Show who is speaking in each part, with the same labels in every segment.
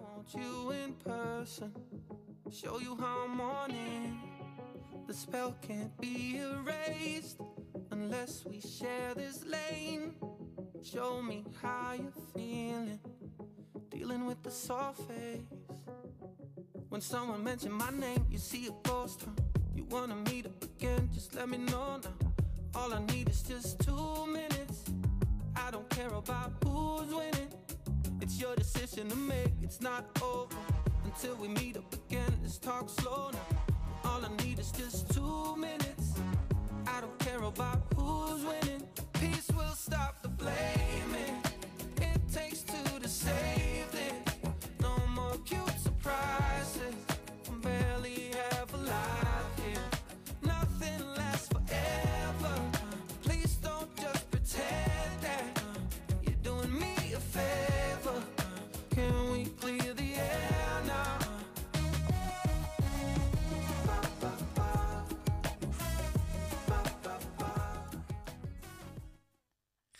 Speaker 1: want you in person. Show you how I'm on it. The spell can't be erased unless we share this lane. Show me how you're feeling. Dealing with the soft face. When someone mention my name, you see a ghost from. You wanna meet up again, just let me know now. All I need is just two minutes. I don't care about who's winning. It's your decision to make, it's not over. Until we meet up again, let's talk slow now. All I need is just two minutes. I don't care about who's winning. Peace will stop the blaming. It takes two to save this. No more cute surprises. I'm barely ever alive here. Nothing lasts forever. Please don't just pretend that you're doing me a favor. Can we clear the air now?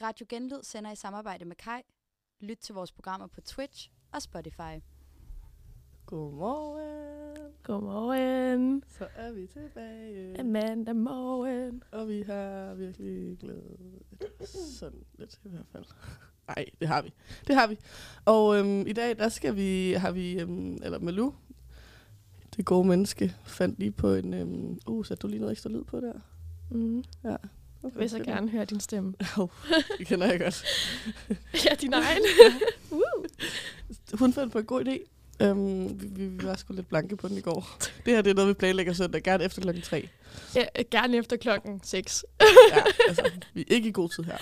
Speaker 2: Radio Genlyd sender i samarbejde med Kai. Lyt til vores programmer på Twitch og Spotify.
Speaker 3: Godmorgen.
Speaker 4: Godmorgen.
Speaker 3: Så er vi tilbage.
Speaker 4: Mandag morgen.
Speaker 3: Og vi har virkelig glædet sådan lidt i hvert fald. Nej, det har vi. Det har vi. Og øhm, i dag, der skal vi, har vi, øhm, eller Malou, det gode menneske, fandt lige på en, øhm, uh, satte du lige noget ekstra lyd på der?
Speaker 4: Mm.
Speaker 3: Okay,
Speaker 4: Jeg vil så
Speaker 3: fedt.
Speaker 4: gerne høre din stemme.
Speaker 3: Hov, det kender jeg godt.
Speaker 4: ja, din egen.
Speaker 3: Hun fandt på en god idé. Øhm, vi, vi, vi var sgu lidt blanke på den i går. Det her, det er noget, vi planlægger søndag, gerne efter klokken tre.
Speaker 4: ja, gerne efter klokken 6.
Speaker 3: Ja, altså, vi er ikke i god tid her.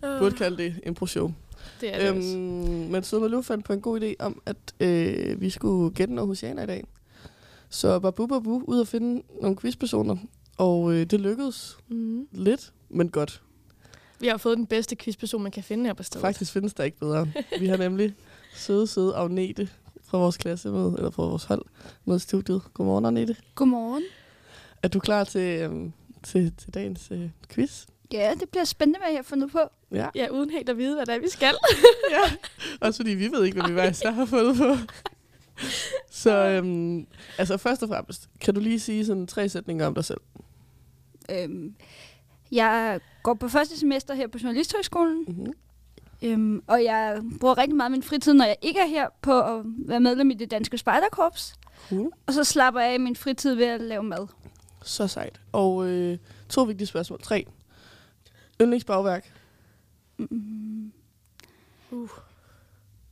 Speaker 3: Burde kalde det impro-show.
Speaker 4: Det er det
Speaker 3: Øhm,
Speaker 4: også.
Speaker 3: men Søde Malou fandt på en god idé om, at øh, vi skulle gætte noget Hosianer i dag. Så babu babu ud og finde nogle quizpersoner. Og øh, det lykkedes
Speaker 4: Mm.
Speaker 3: lidt, men godt.
Speaker 4: Vi har fået den bedste quizperson, man kan finde her på stedet.
Speaker 3: Faktisk findes der ikke bedre. Vi har nemlig søde, søde Agnete fra vores klasse med, eller fra vores hold med i studiet. Godmorgen, Agnete.
Speaker 2: Godmorgen.
Speaker 3: Er du klar til, øhm, til, til dagens øh, quiz?
Speaker 2: Ja, det bliver spændende, hvad jeg har fundet på.
Speaker 3: Ja.
Speaker 4: Ja, uden helt at vide, hvad det er, vi skal.
Speaker 3: ja. Også fordi vi ved ikke, hvad vi hver især har fundet på. Så øhm, altså først og fremmest, kan du lige sige sådan tre sætninger om dig selv?
Speaker 2: Øhm, jeg går på første semester her på Journalisthøjskolen,
Speaker 3: Mm-hmm.
Speaker 2: øhm, og jeg bruger rigtig meget af min fritid, når jeg ikke er her, på at være medlem i det danske spejderkorps.
Speaker 3: Cool.
Speaker 2: Og så slapper jeg af i min fritid ved at lave mad.
Speaker 3: Så sejt. Og øh, to vigtige spørgsmål. Tre. Yndlingsbagværk.
Speaker 2: Mm,
Speaker 4: Uh,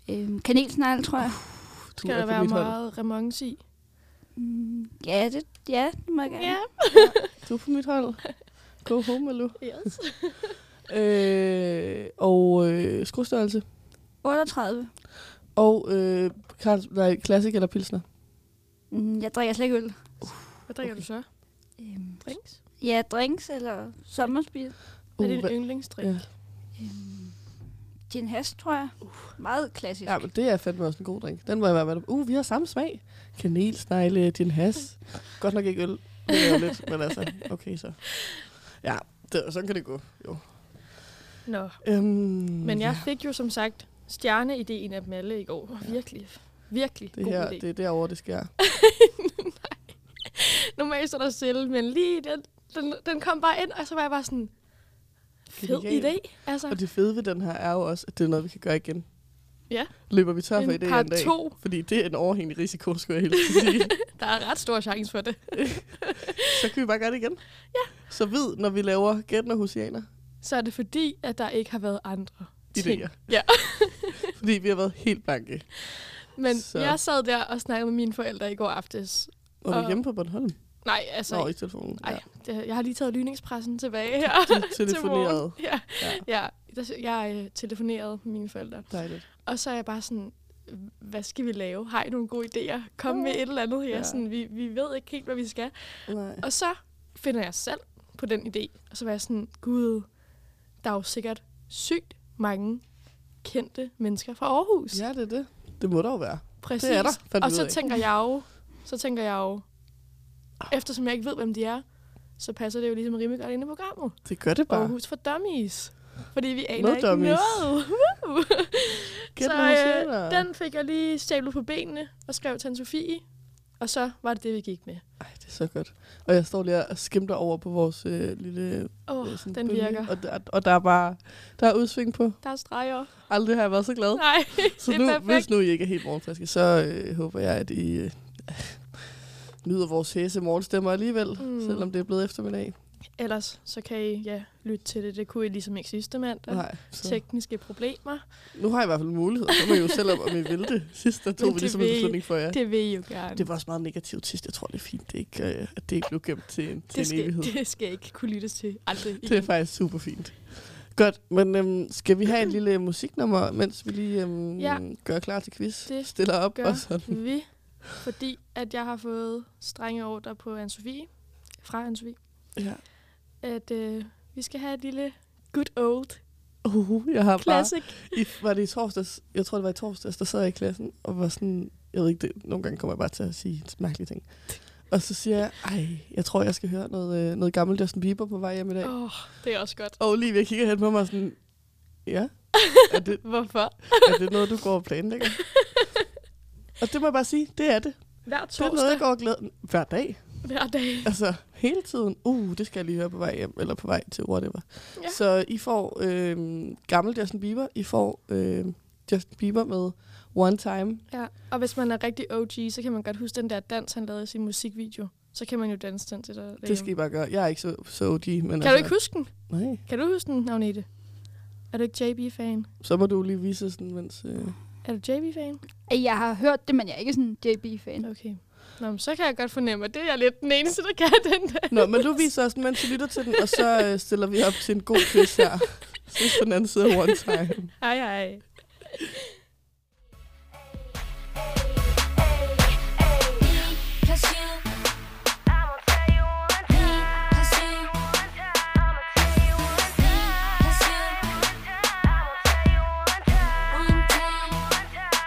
Speaker 2: øhm, kanelsnegle, tror jeg.
Speaker 3: Du
Speaker 4: skal der være meget remonce i?
Speaker 2: Mm, ja, det, ja, det må jeg gerne.
Speaker 4: Ja.
Speaker 3: Du er på mit hold. Go home, Malou.
Speaker 4: Yes.
Speaker 3: Øh, og øh, skruestørrelse.
Speaker 2: 38.
Speaker 3: Og øh, Karls, nej, klassik eller pilsner.
Speaker 2: Mm, jeg drikker slet ikke øl.
Speaker 4: Hvad drikker du så?
Speaker 2: Øhm,
Speaker 4: Drinks?
Speaker 2: ja, drinks eller sommerspil.
Speaker 4: Uh, er det
Speaker 3: hvad-
Speaker 4: en yndlingsdrik?
Speaker 3: ja.
Speaker 2: Øhm, gin hash, tror jeg. Meget klassisk.
Speaker 3: Ja, men det er fandme også en god drink. Den må jeg være med på. Uh, vi har samme smag. Kanelsnegle, din has. Godt nok ikke øl. Det er jo lidt, men altså, okay så. Ja, det, sådan kan det gå. Jo.
Speaker 4: Nå.
Speaker 3: Øhm,
Speaker 4: Men jeg fik jo som sagt stjerneideen af dem alle i går. Ja. Virkelig, virkelig
Speaker 3: Det
Speaker 4: god
Speaker 3: her,
Speaker 4: idé.
Speaker 3: det er derovre, det sker.
Speaker 4: Normalt så er der selv, men lige den, den, den kom bare ind, og så var jeg bare sådan, fed
Speaker 3: Genial.
Speaker 4: idé. Altså,
Speaker 3: Og det fede ved den her er jo også, at det er noget, vi kan gøre igen.
Speaker 4: Ja.
Speaker 3: Løber vi tør for
Speaker 4: En
Speaker 3: idéer
Speaker 4: part
Speaker 3: en dag?
Speaker 4: to.
Speaker 3: Fordi det er en overhængende risiko, skulle jeg helt sige.
Speaker 4: der er ret stor chance for det.
Speaker 3: så kan vi bare gøre det igen. Ja. Så ved, når vi laver gætten og husianer,
Speaker 4: Så er det fordi, at der ikke har været andre ting.
Speaker 3: idéer.
Speaker 4: Ja.
Speaker 3: Fordi vi har været helt blanke.
Speaker 4: Men
Speaker 3: Så-
Speaker 4: så. jeg sad der og snakkede med mine forældre i går aftes.
Speaker 3: Og vi er
Speaker 4: Og-
Speaker 3: hjemme på Bornholm.
Speaker 4: Nej, altså...
Speaker 3: Nå, i telefonen.
Speaker 4: Ej, det, jeg har lige taget lyningspressen tilbage her.
Speaker 3: De
Speaker 4: til morgen.
Speaker 3: telefonerede.
Speaker 4: Ja,
Speaker 3: Ja.
Speaker 4: ja. Der- jeg øh, telefonerede med mine forældre.
Speaker 3: Dejligt.
Speaker 4: Og så er jeg bare sådan, hvad skal vi lave? Har I nogle gode idéer? Kom med et eller andet her.
Speaker 3: Ja.
Speaker 4: Ja. Sådan, vi, vi ved ikke helt, hvad vi skal.
Speaker 3: Nej.
Speaker 4: Og så finder jeg selv på den idé. Og så var jeg sådan, gud, der er jo sikkert sygt mange kendte mennesker fra Aarhus.
Speaker 3: Ja, det er det. Det må der jo være.
Speaker 4: Præcis.
Speaker 3: det er der, fandt
Speaker 4: og
Speaker 3: vi ud af.
Speaker 4: så tænker jeg jo, så tænker jeg jo, eftersom jeg ikke ved, hvem de er, så passer det jo ligesom rimelig godt ind i programmet.
Speaker 3: Det gør det bare.
Speaker 4: Aarhus for Dummies. Fordi vi aner
Speaker 3: Med
Speaker 4: ikke
Speaker 3: dummies.
Speaker 4: noget. Woohoo!
Speaker 3: Gæt,
Speaker 4: så
Speaker 3: hvad hun siger
Speaker 4: øh,
Speaker 3: der.
Speaker 4: den fik jeg lige stablet på benene og skrev til Sofie. Og så var det det, vi gik med.
Speaker 3: Ej, det er så godt. Og jeg står lige og skimter over på vores øh, lille...
Speaker 4: Åh, oh,
Speaker 3: øh, sådan
Speaker 4: den
Speaker 3: bølge,
Speaker 4: virker.
Speaker 3: Og der, og der er bare der er udsving på.
Speaker 4: Der er streger.
Speaker 3: Aldrig har jeg været så glad.
Speaker 4: Nej,
Speaker 3: Så
Speaker 4: det
Speaker 3: nu,
Speaker 4: er perfekt.
Speaker 3: hvis nu I ikke er helt morgenfriske, så øh, håber jeg, at I øh, nyder vores hæse morgenstemmer alligevel,
Speaker 4: Mm.
Speaker 3: mm. selvom det er blevet eftermiddag.
Speaker 4: Ellers så kan I ja, lytte til det. Det kunne I ligesom ikke sidste mandag.
Speaker 3: Nej, så.
Speaker 4: Tekniske problemer.
Speaker 3: Nu har jeg i hvert fald mulighed. Så må I jo selv om, om I vil det. Sidst der tog vi
Speaker 4: Men det
Speaker 3: ligesom en
Speaker 4: vil-
Speaker 3: beslutning for jer. Det,
Speaker 4: Det vil I jo gerne.
Speaker 3: det var også meget negativt sidst. Jeg tror, det er fint, det er ikke, øh, at det ikke blev gemt til en, til
Speaker 4: det,
Speaker 3: en
Speaker 4: skal,
Speaker 3: evighed.
Speaker 4: det skal ikke kunne lyttes til. Aldrig.
Speaker 3: Det er faktisk super fint. Godt, men øhm, skal vi have et lille musiknummer, mens vi lige øhm,
Speaker 4: Ja.
Speaker 3: ja. gør klar til quiz?
Speaker 4: Det
Speaker 3: Stiller op
Speaker 4: gør
Speaker 3: og sådan.
Speaker 4: igen. Vi, fordi at jeg har fået strenge ordre på Anne-Sophie, fra Anne-Sophie,
Speaker 3: Ja.
Speaker 4: at øh, vi skal have et lille good old
Speaker 3: Uh, jeg har bare...
Speaker 4: classic.
Speaker 3: I, var det i torsdags? Jeg tror, det var i torsdags, der sad jeg i klassen og var sådan... Jeg ved ikke, det, nogle gange kommer jeg bare til at sige mærkelige ting. Og så siger jeg, ej, jeg tror, jeg skal høre noget, øh, noget gammelt Justin Bieber på vej hjem i dag.
Speaker 4: Åh, oh, det er også godt.
Speaker 3: Og Olivia kigger hen på mig og sådan, ja, er det,
Speaker 4: Hvorfor?
Speaker 3: er det noget, du går og planlægger? og det må jeg bare sige, det er det.
Speaker 4: Hver
Speaker 3: Det er noget, jeg
Speaker 4: torsdag,
Speaker 3: går og glæder hver dag.
Speaker 4: hver dag.
Speaker 3: Altså, hele tiden. Uh, det skal jeg lige høre på vej hjem, eller på vej til whatever.
Speaker 4: Ja.
Speaker 3: Ja. Så I får øh, gammel Justin Bieber. I får øh, Justin Bieber med One Time.
Speaker 4: Ja. Og hvis man er rigtig OG, så kan man godt huske den der dans, han lavede i sin musikvideo. Så kan man jo danse den til der.
Speaker 3: Det skal I bare gøre. Jeg er ikke så, så OG, men altså-
Speaker 4: Kan du ikke huske den?
Speaker 3: Nej.
Speaker 4: Kan du huske den, Agnete? Er du ikke JB-fan?
Speaker 3: Så må du lige vise sådan, mens... Øh...
Speaker 4: Er du JB-fan?
Speaker 2: Jeg har hørt det, men jeg er ikke sådan en JB-fan.
Speaker 4: Okay. Nå, men så kan jeg godt fornemme, at det er jeg lidt den eneste, der kan den der.
Speaker 3: Nå, men du viser os den, mens I lytter til den, og så øh, stiller vi op til en god quiz her. Sidst på den anden side af One Time.
Speaker 4: Ej, ej.
Speaker 5: Cause you, I'ma tell you one time. Cause you, I'ma tell you one time. Cause you, I'ma tell you one time. One time,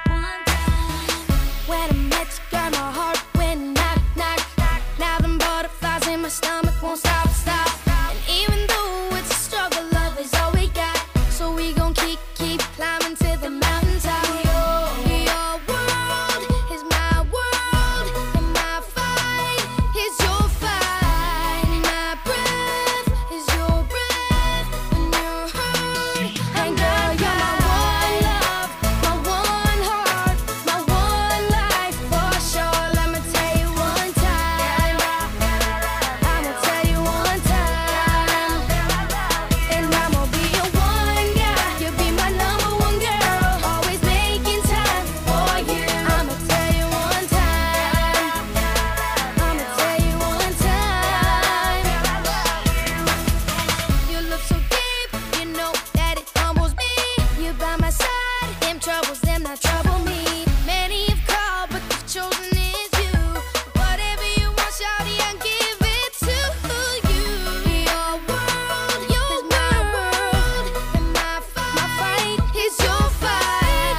Speaker 5: one time. When I met you, girl, my heart went knock, knock, knock. Now them butterflies in my stomach won't stop, stop. And even though it's a struggle, love is all we got. So we gon' keep, keep climbing to the mountaintop. Your world is my world, and my fight is your fight. My breath is your breath, and your heart. And girl, you're my one love, my one heart, my one life for sure. Let me tell you one time. I'ma tell you one time. And I'ma be your one girl. You'll be my number one girl. Always making time for you. I'ma tell you one time. I'ma tell you one time. You look so deep, you know that it humbles me. You by my side, them troubles, them not trouble me. Many have called, but the chosen is you. Whatever you want, shawty, I give it to you. Your world, your my world, and my fight, my fight is your fight.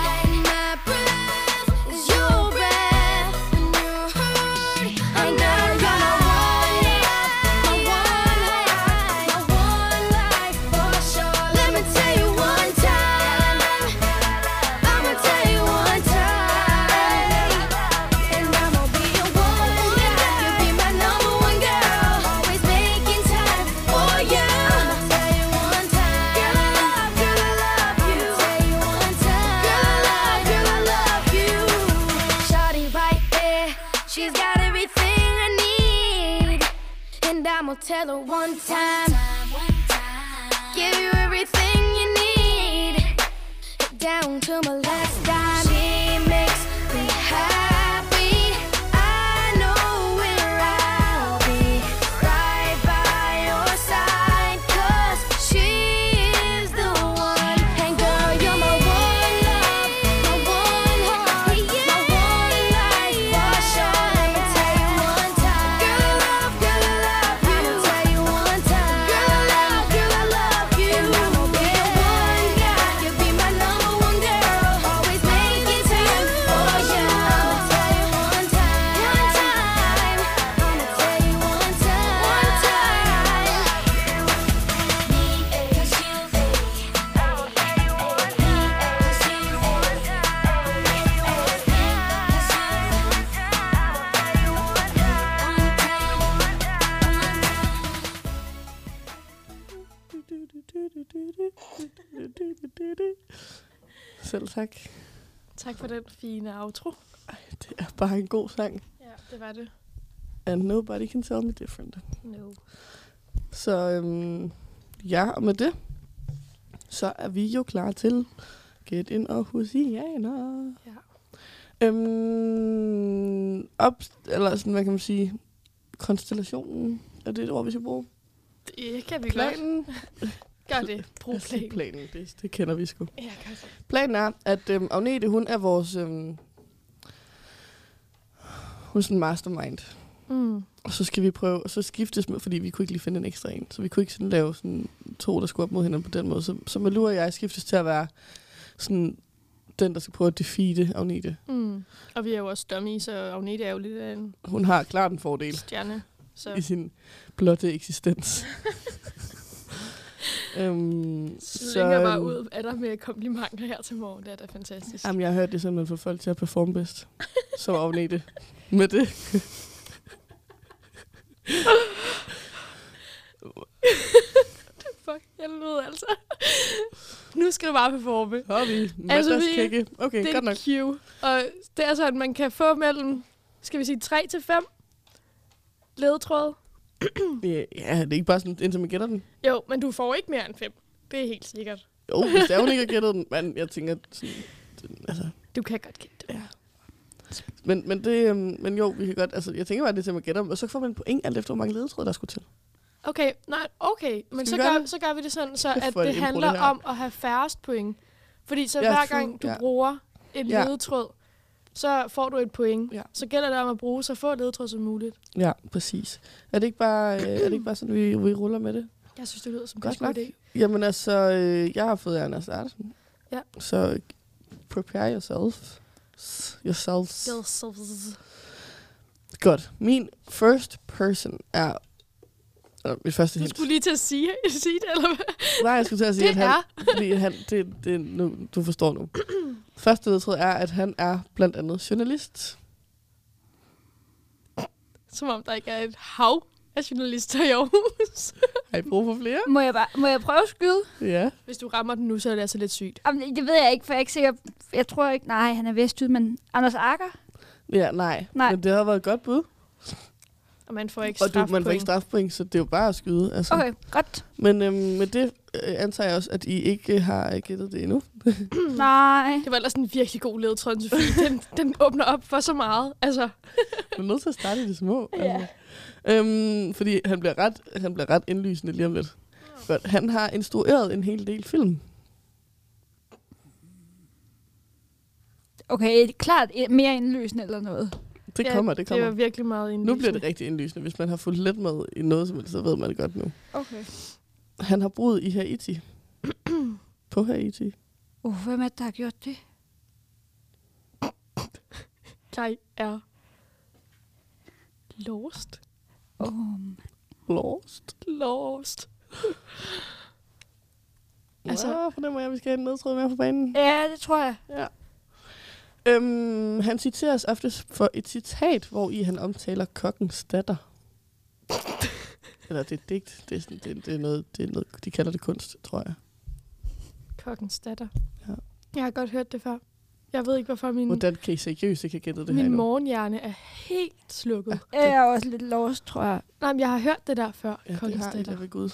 Speaker 5: My breath is your breath, and your heart, and girl, you're my one love, my one life, my one life for sure. Let me tell you one time, I'ma tell you one time. And I'ma be your one girl. You be my number one girl. Always making time for you. I'ma tell you one time. Girl, I love, girl, I love you. Tell you one time. Girl, I love, girl, I love you. Shawty right there, she's got everything I need. And I'ma tell her one time. Give you everything you need down to my last dime. She makes me happy. I know where I'll be right by your side. 'Cause she is the one. And girl, you're my one love, my one heart, my one life for sure. Let me tell you one time. Girl, I love, girl, I love you. I'ma tell you one time. Girl, I love, girl, I love you. And I'ma be your one girl. You'll be my number one girl. Always making
Speaker 3: Selv tak.
Speaker 4: Tak for den fine outro.
Speaker 3: Det er bare en god sang.
Speaker 4: Ja, det var det.
Speaker 3: And nobody can tell me different.
Speaker 4: No.
Speaker 3: Så øhm, ja, og med det, så er vi jo klar til Get In og Husianer.
Speaker 4: Ja.
Speaker 3: Øhm, op, eller sådan, hvad kan man sige, konstellationen, er det et ord, vi skal bruge?
Speaker 4: Det kan vi godt.
Speaker 3: Planen?
Speaker 4: Gør det. Brug
Speaker 3: Jeg siger
Speaker 4: planen.
Speaker 3: planen, det, det kender vi sgu.
Speaker 4: Ja, godt.
Speaker 3: Planen er, at øhm, Agnete, hun er vores, øhm, hun er sådan en mastermind.
Speaker 4: Mm.
Speaker 3: Og så skal vi prøve, og så skiftes med, fordi vi kunne ikke lige finde en ekstra en. Så vi kunne ikke sådan lave sådan to, der skulle op mod hinanden på den måde. Så, så Malou og jeg skiftes til at være sådan den, der skal prøve at defeate Agnete.
Speaker 4: Mm. Og vi er jo også dummy, så Agnete er jo lidt af en
Speaker 3: Hun har klart en fordel
Speaker 4: stjerne. Så
Speaker 3: i sin blotte eksistens. øhm,
Speaker 4: slinger
Speaker 3: øhm,
Speaker 4: bare ud af dig med komplimenter her til morgen. Det er da fantastisk.
Speaker 3: Jamen, jeg har hørt det simpelthen for folk til at performe bedst. Så Agnete med det.
Speaker 4: Fuck, helvede altså. nu skal du bare performe.
Speaker 3: Hobby. Mandagskikke. Okay,
Speaker 4: Altså, det
Speaker 3: godt
Speaker 4: er
Speaker 3: nok.
Speaker 4: et cue. Og det er så, at man kan få mellem, skal vi sige, 3 til 5 ledetråde.
Speaker 3: Ja, ja, det er ikke bare sådan, indtil man gætter den.
Speaker 4: Jo, men du får ikke mere end 5. Det er helt sikkert.
Speaker 3: Jo, hvis det er, hun ikke har gættet den. Men jeg tænker, sådan, den- altså,
Speaker 4: Du kan godt gætte det.
Speaker 3: men, men, det, øhm, men jo, vi kan godt, altså, jeg tænker bare, det er til, at man gætter dem, og så får man en point alt efter, hvor mange ledetråde, der skulle til.
Speaker 4: Okay, nej, okay. Men
Speaker 3: Skal
Speaker 4: så
Speaker 3: vi gøre
Speaker 4: gør,
Speaker 3: det?
Speaker 4: så gør vi det sådan, så
Speaker 3: Kæft,
Speaker 4: at
Speaker 3: hvor er
Speaker 4: det
Speaker 3: det impro,
Speaker 4: handler
Speaker 3: det her.
Speaker 4: om at have færrest point. Fordi så
Speaker 3: Ja,
Speaker 4: hver
Speaker 3: true,
Speaker 4: gang du
Speaker 3: ja.
Speaker 4: bruger en
Speaker 3: Ja.
Speaker 4: ledetråd, så får du et point.
Speaker 3: Ja.
Speaker 4: Så gælder det om at bruge så få ledetråd som muligt.
Speaker 3: Ja, præcis. Er det ikke bare, øh, er det ikke bare sådan, vi, vi ruller med det?
Speaker 4: Jeg synes, det lyder som en
Speaker 3: Godt
Speaker 4: god
Speaker 3: nok.
Speaker 4: idé.
Speaker 3: Jamen altså, øh, jeg har fået æren af at starte.
Speaker 4: Ja.
Speaker 3: Så prepare yourself. Yourselves. Godt. Min first person er... Eller, mit første
Speaker 4: Du
Speaker 3: hint.
Speaker 4: skulle lige til at sige, sige det, eller hvad?
Speaker 3: Nej, jeg skulle til at sige,
Speaker 4: Det
Speaker 3: at han,
Speaker 4: er.
Speaker 3: fordi han, det, det, nu, du forstår nu. Første ledtråd er, at han er blandt andet journalist.
Speaker 4: Som om der ikke er et hav af journalister i Aarhus.
Speaker 3: Har I brug for flere?
Speaker 2: Må jeg, bare, må jeg prøve at skyde?
Speaker 3: Ja.
Speaker 4: Hvis du rammer den nu, så er det altså lidt sygt.
Speaker 2: Jamen, det ved jeg ikke, for jeg er ikke sikker. Jeg tror ikke, nej, han er vestjyd, men Anders Akker?
Speaker 3: Ja, nej.
Speaker 2: Nej.
Speaker 3: Men det har været et godt bud.
Speaker 4: Og man får ikke
Speaker 3: Og du, man får
Speaker 4: strafpoint.
Speaker 3: ikke strafpoint, så det er jo bare at skyde. Altså.
Speaker 2: Okay, godt.
Speaker 3: Men øhm, med det øh, antager jeg også, at I ikke øh, har gættet det endnu.
Speaker 2: Mm. Nej.
Speaker 4: Det var ellers en virkelig god ledetråd, Sofie. Den, den åbner op for så meget. Altså,
Speaker 3: Du er nødt til at starte i det små.
Speaker 2: Ja.
Speaker 3: Altså. Øhm, fordi han bliver, ret, han bliver ret indlysende lige om lidt. Godt. Han har instrueret en hel del film.
Speaker 2: Okay, klart eh, mere indløsende eller noget.
Speaker 3: Det ja, kommer, det kommer.
Speaker 4: Det var virkelig meget indlysende.
Speaker 3: Nu bliver det rigtig indlysende. Hvis man har fulgt lidt med i noget som helst, så ved man det godt nu.
Speaker 2: Okay.
Speaker 3: Han har boet i Haiti. på Haiti.
Speaker 2: Uh, hvem er det, der har gjort det?
Speaker 4: Jeg er lost.
Speaker 2: Um,
Speaker 3: Lost.
Speaker 4: Lost.
Speaker 3: Altså,
Speaker 4: Altså-
Speaker 3: ja, fornemmer jeg, at vi skal have en nedtråd mere på banen.
Speaker 2: ja, det tror jeg.
Speaker 3: Ja. Øhm, han citeres oftest for et citat, hvor i han omtaler kokkens datter. Eller det er et digt. Det er, sådan, det, det er noget, det er noget, de kalder det kunst, tror jeg.
Speaker 4: Kokkens datter.
Speaker 3: Ja.
Speaker 4: Jeg har godt hørt det før. Jeg ved ikke, hvorfor min,
Speaker 3: Hvordan kan I seriøst ikke have gættet det her
Speaker 4: Mm. min
Speaker 3: endnu?
Speaker 4: morgenhjerne er helt slukket. Ja.
Speaker 2: Jeg er også lidt lost, tror jeg.
Speaker 4: Nej, men jeg har hørt det der før.
Speaker 3: Ja, det
Speaker 4: Kokkens
Speaker 3: har I da
Speaker 4: datter.
Speaker 3: ved Gud.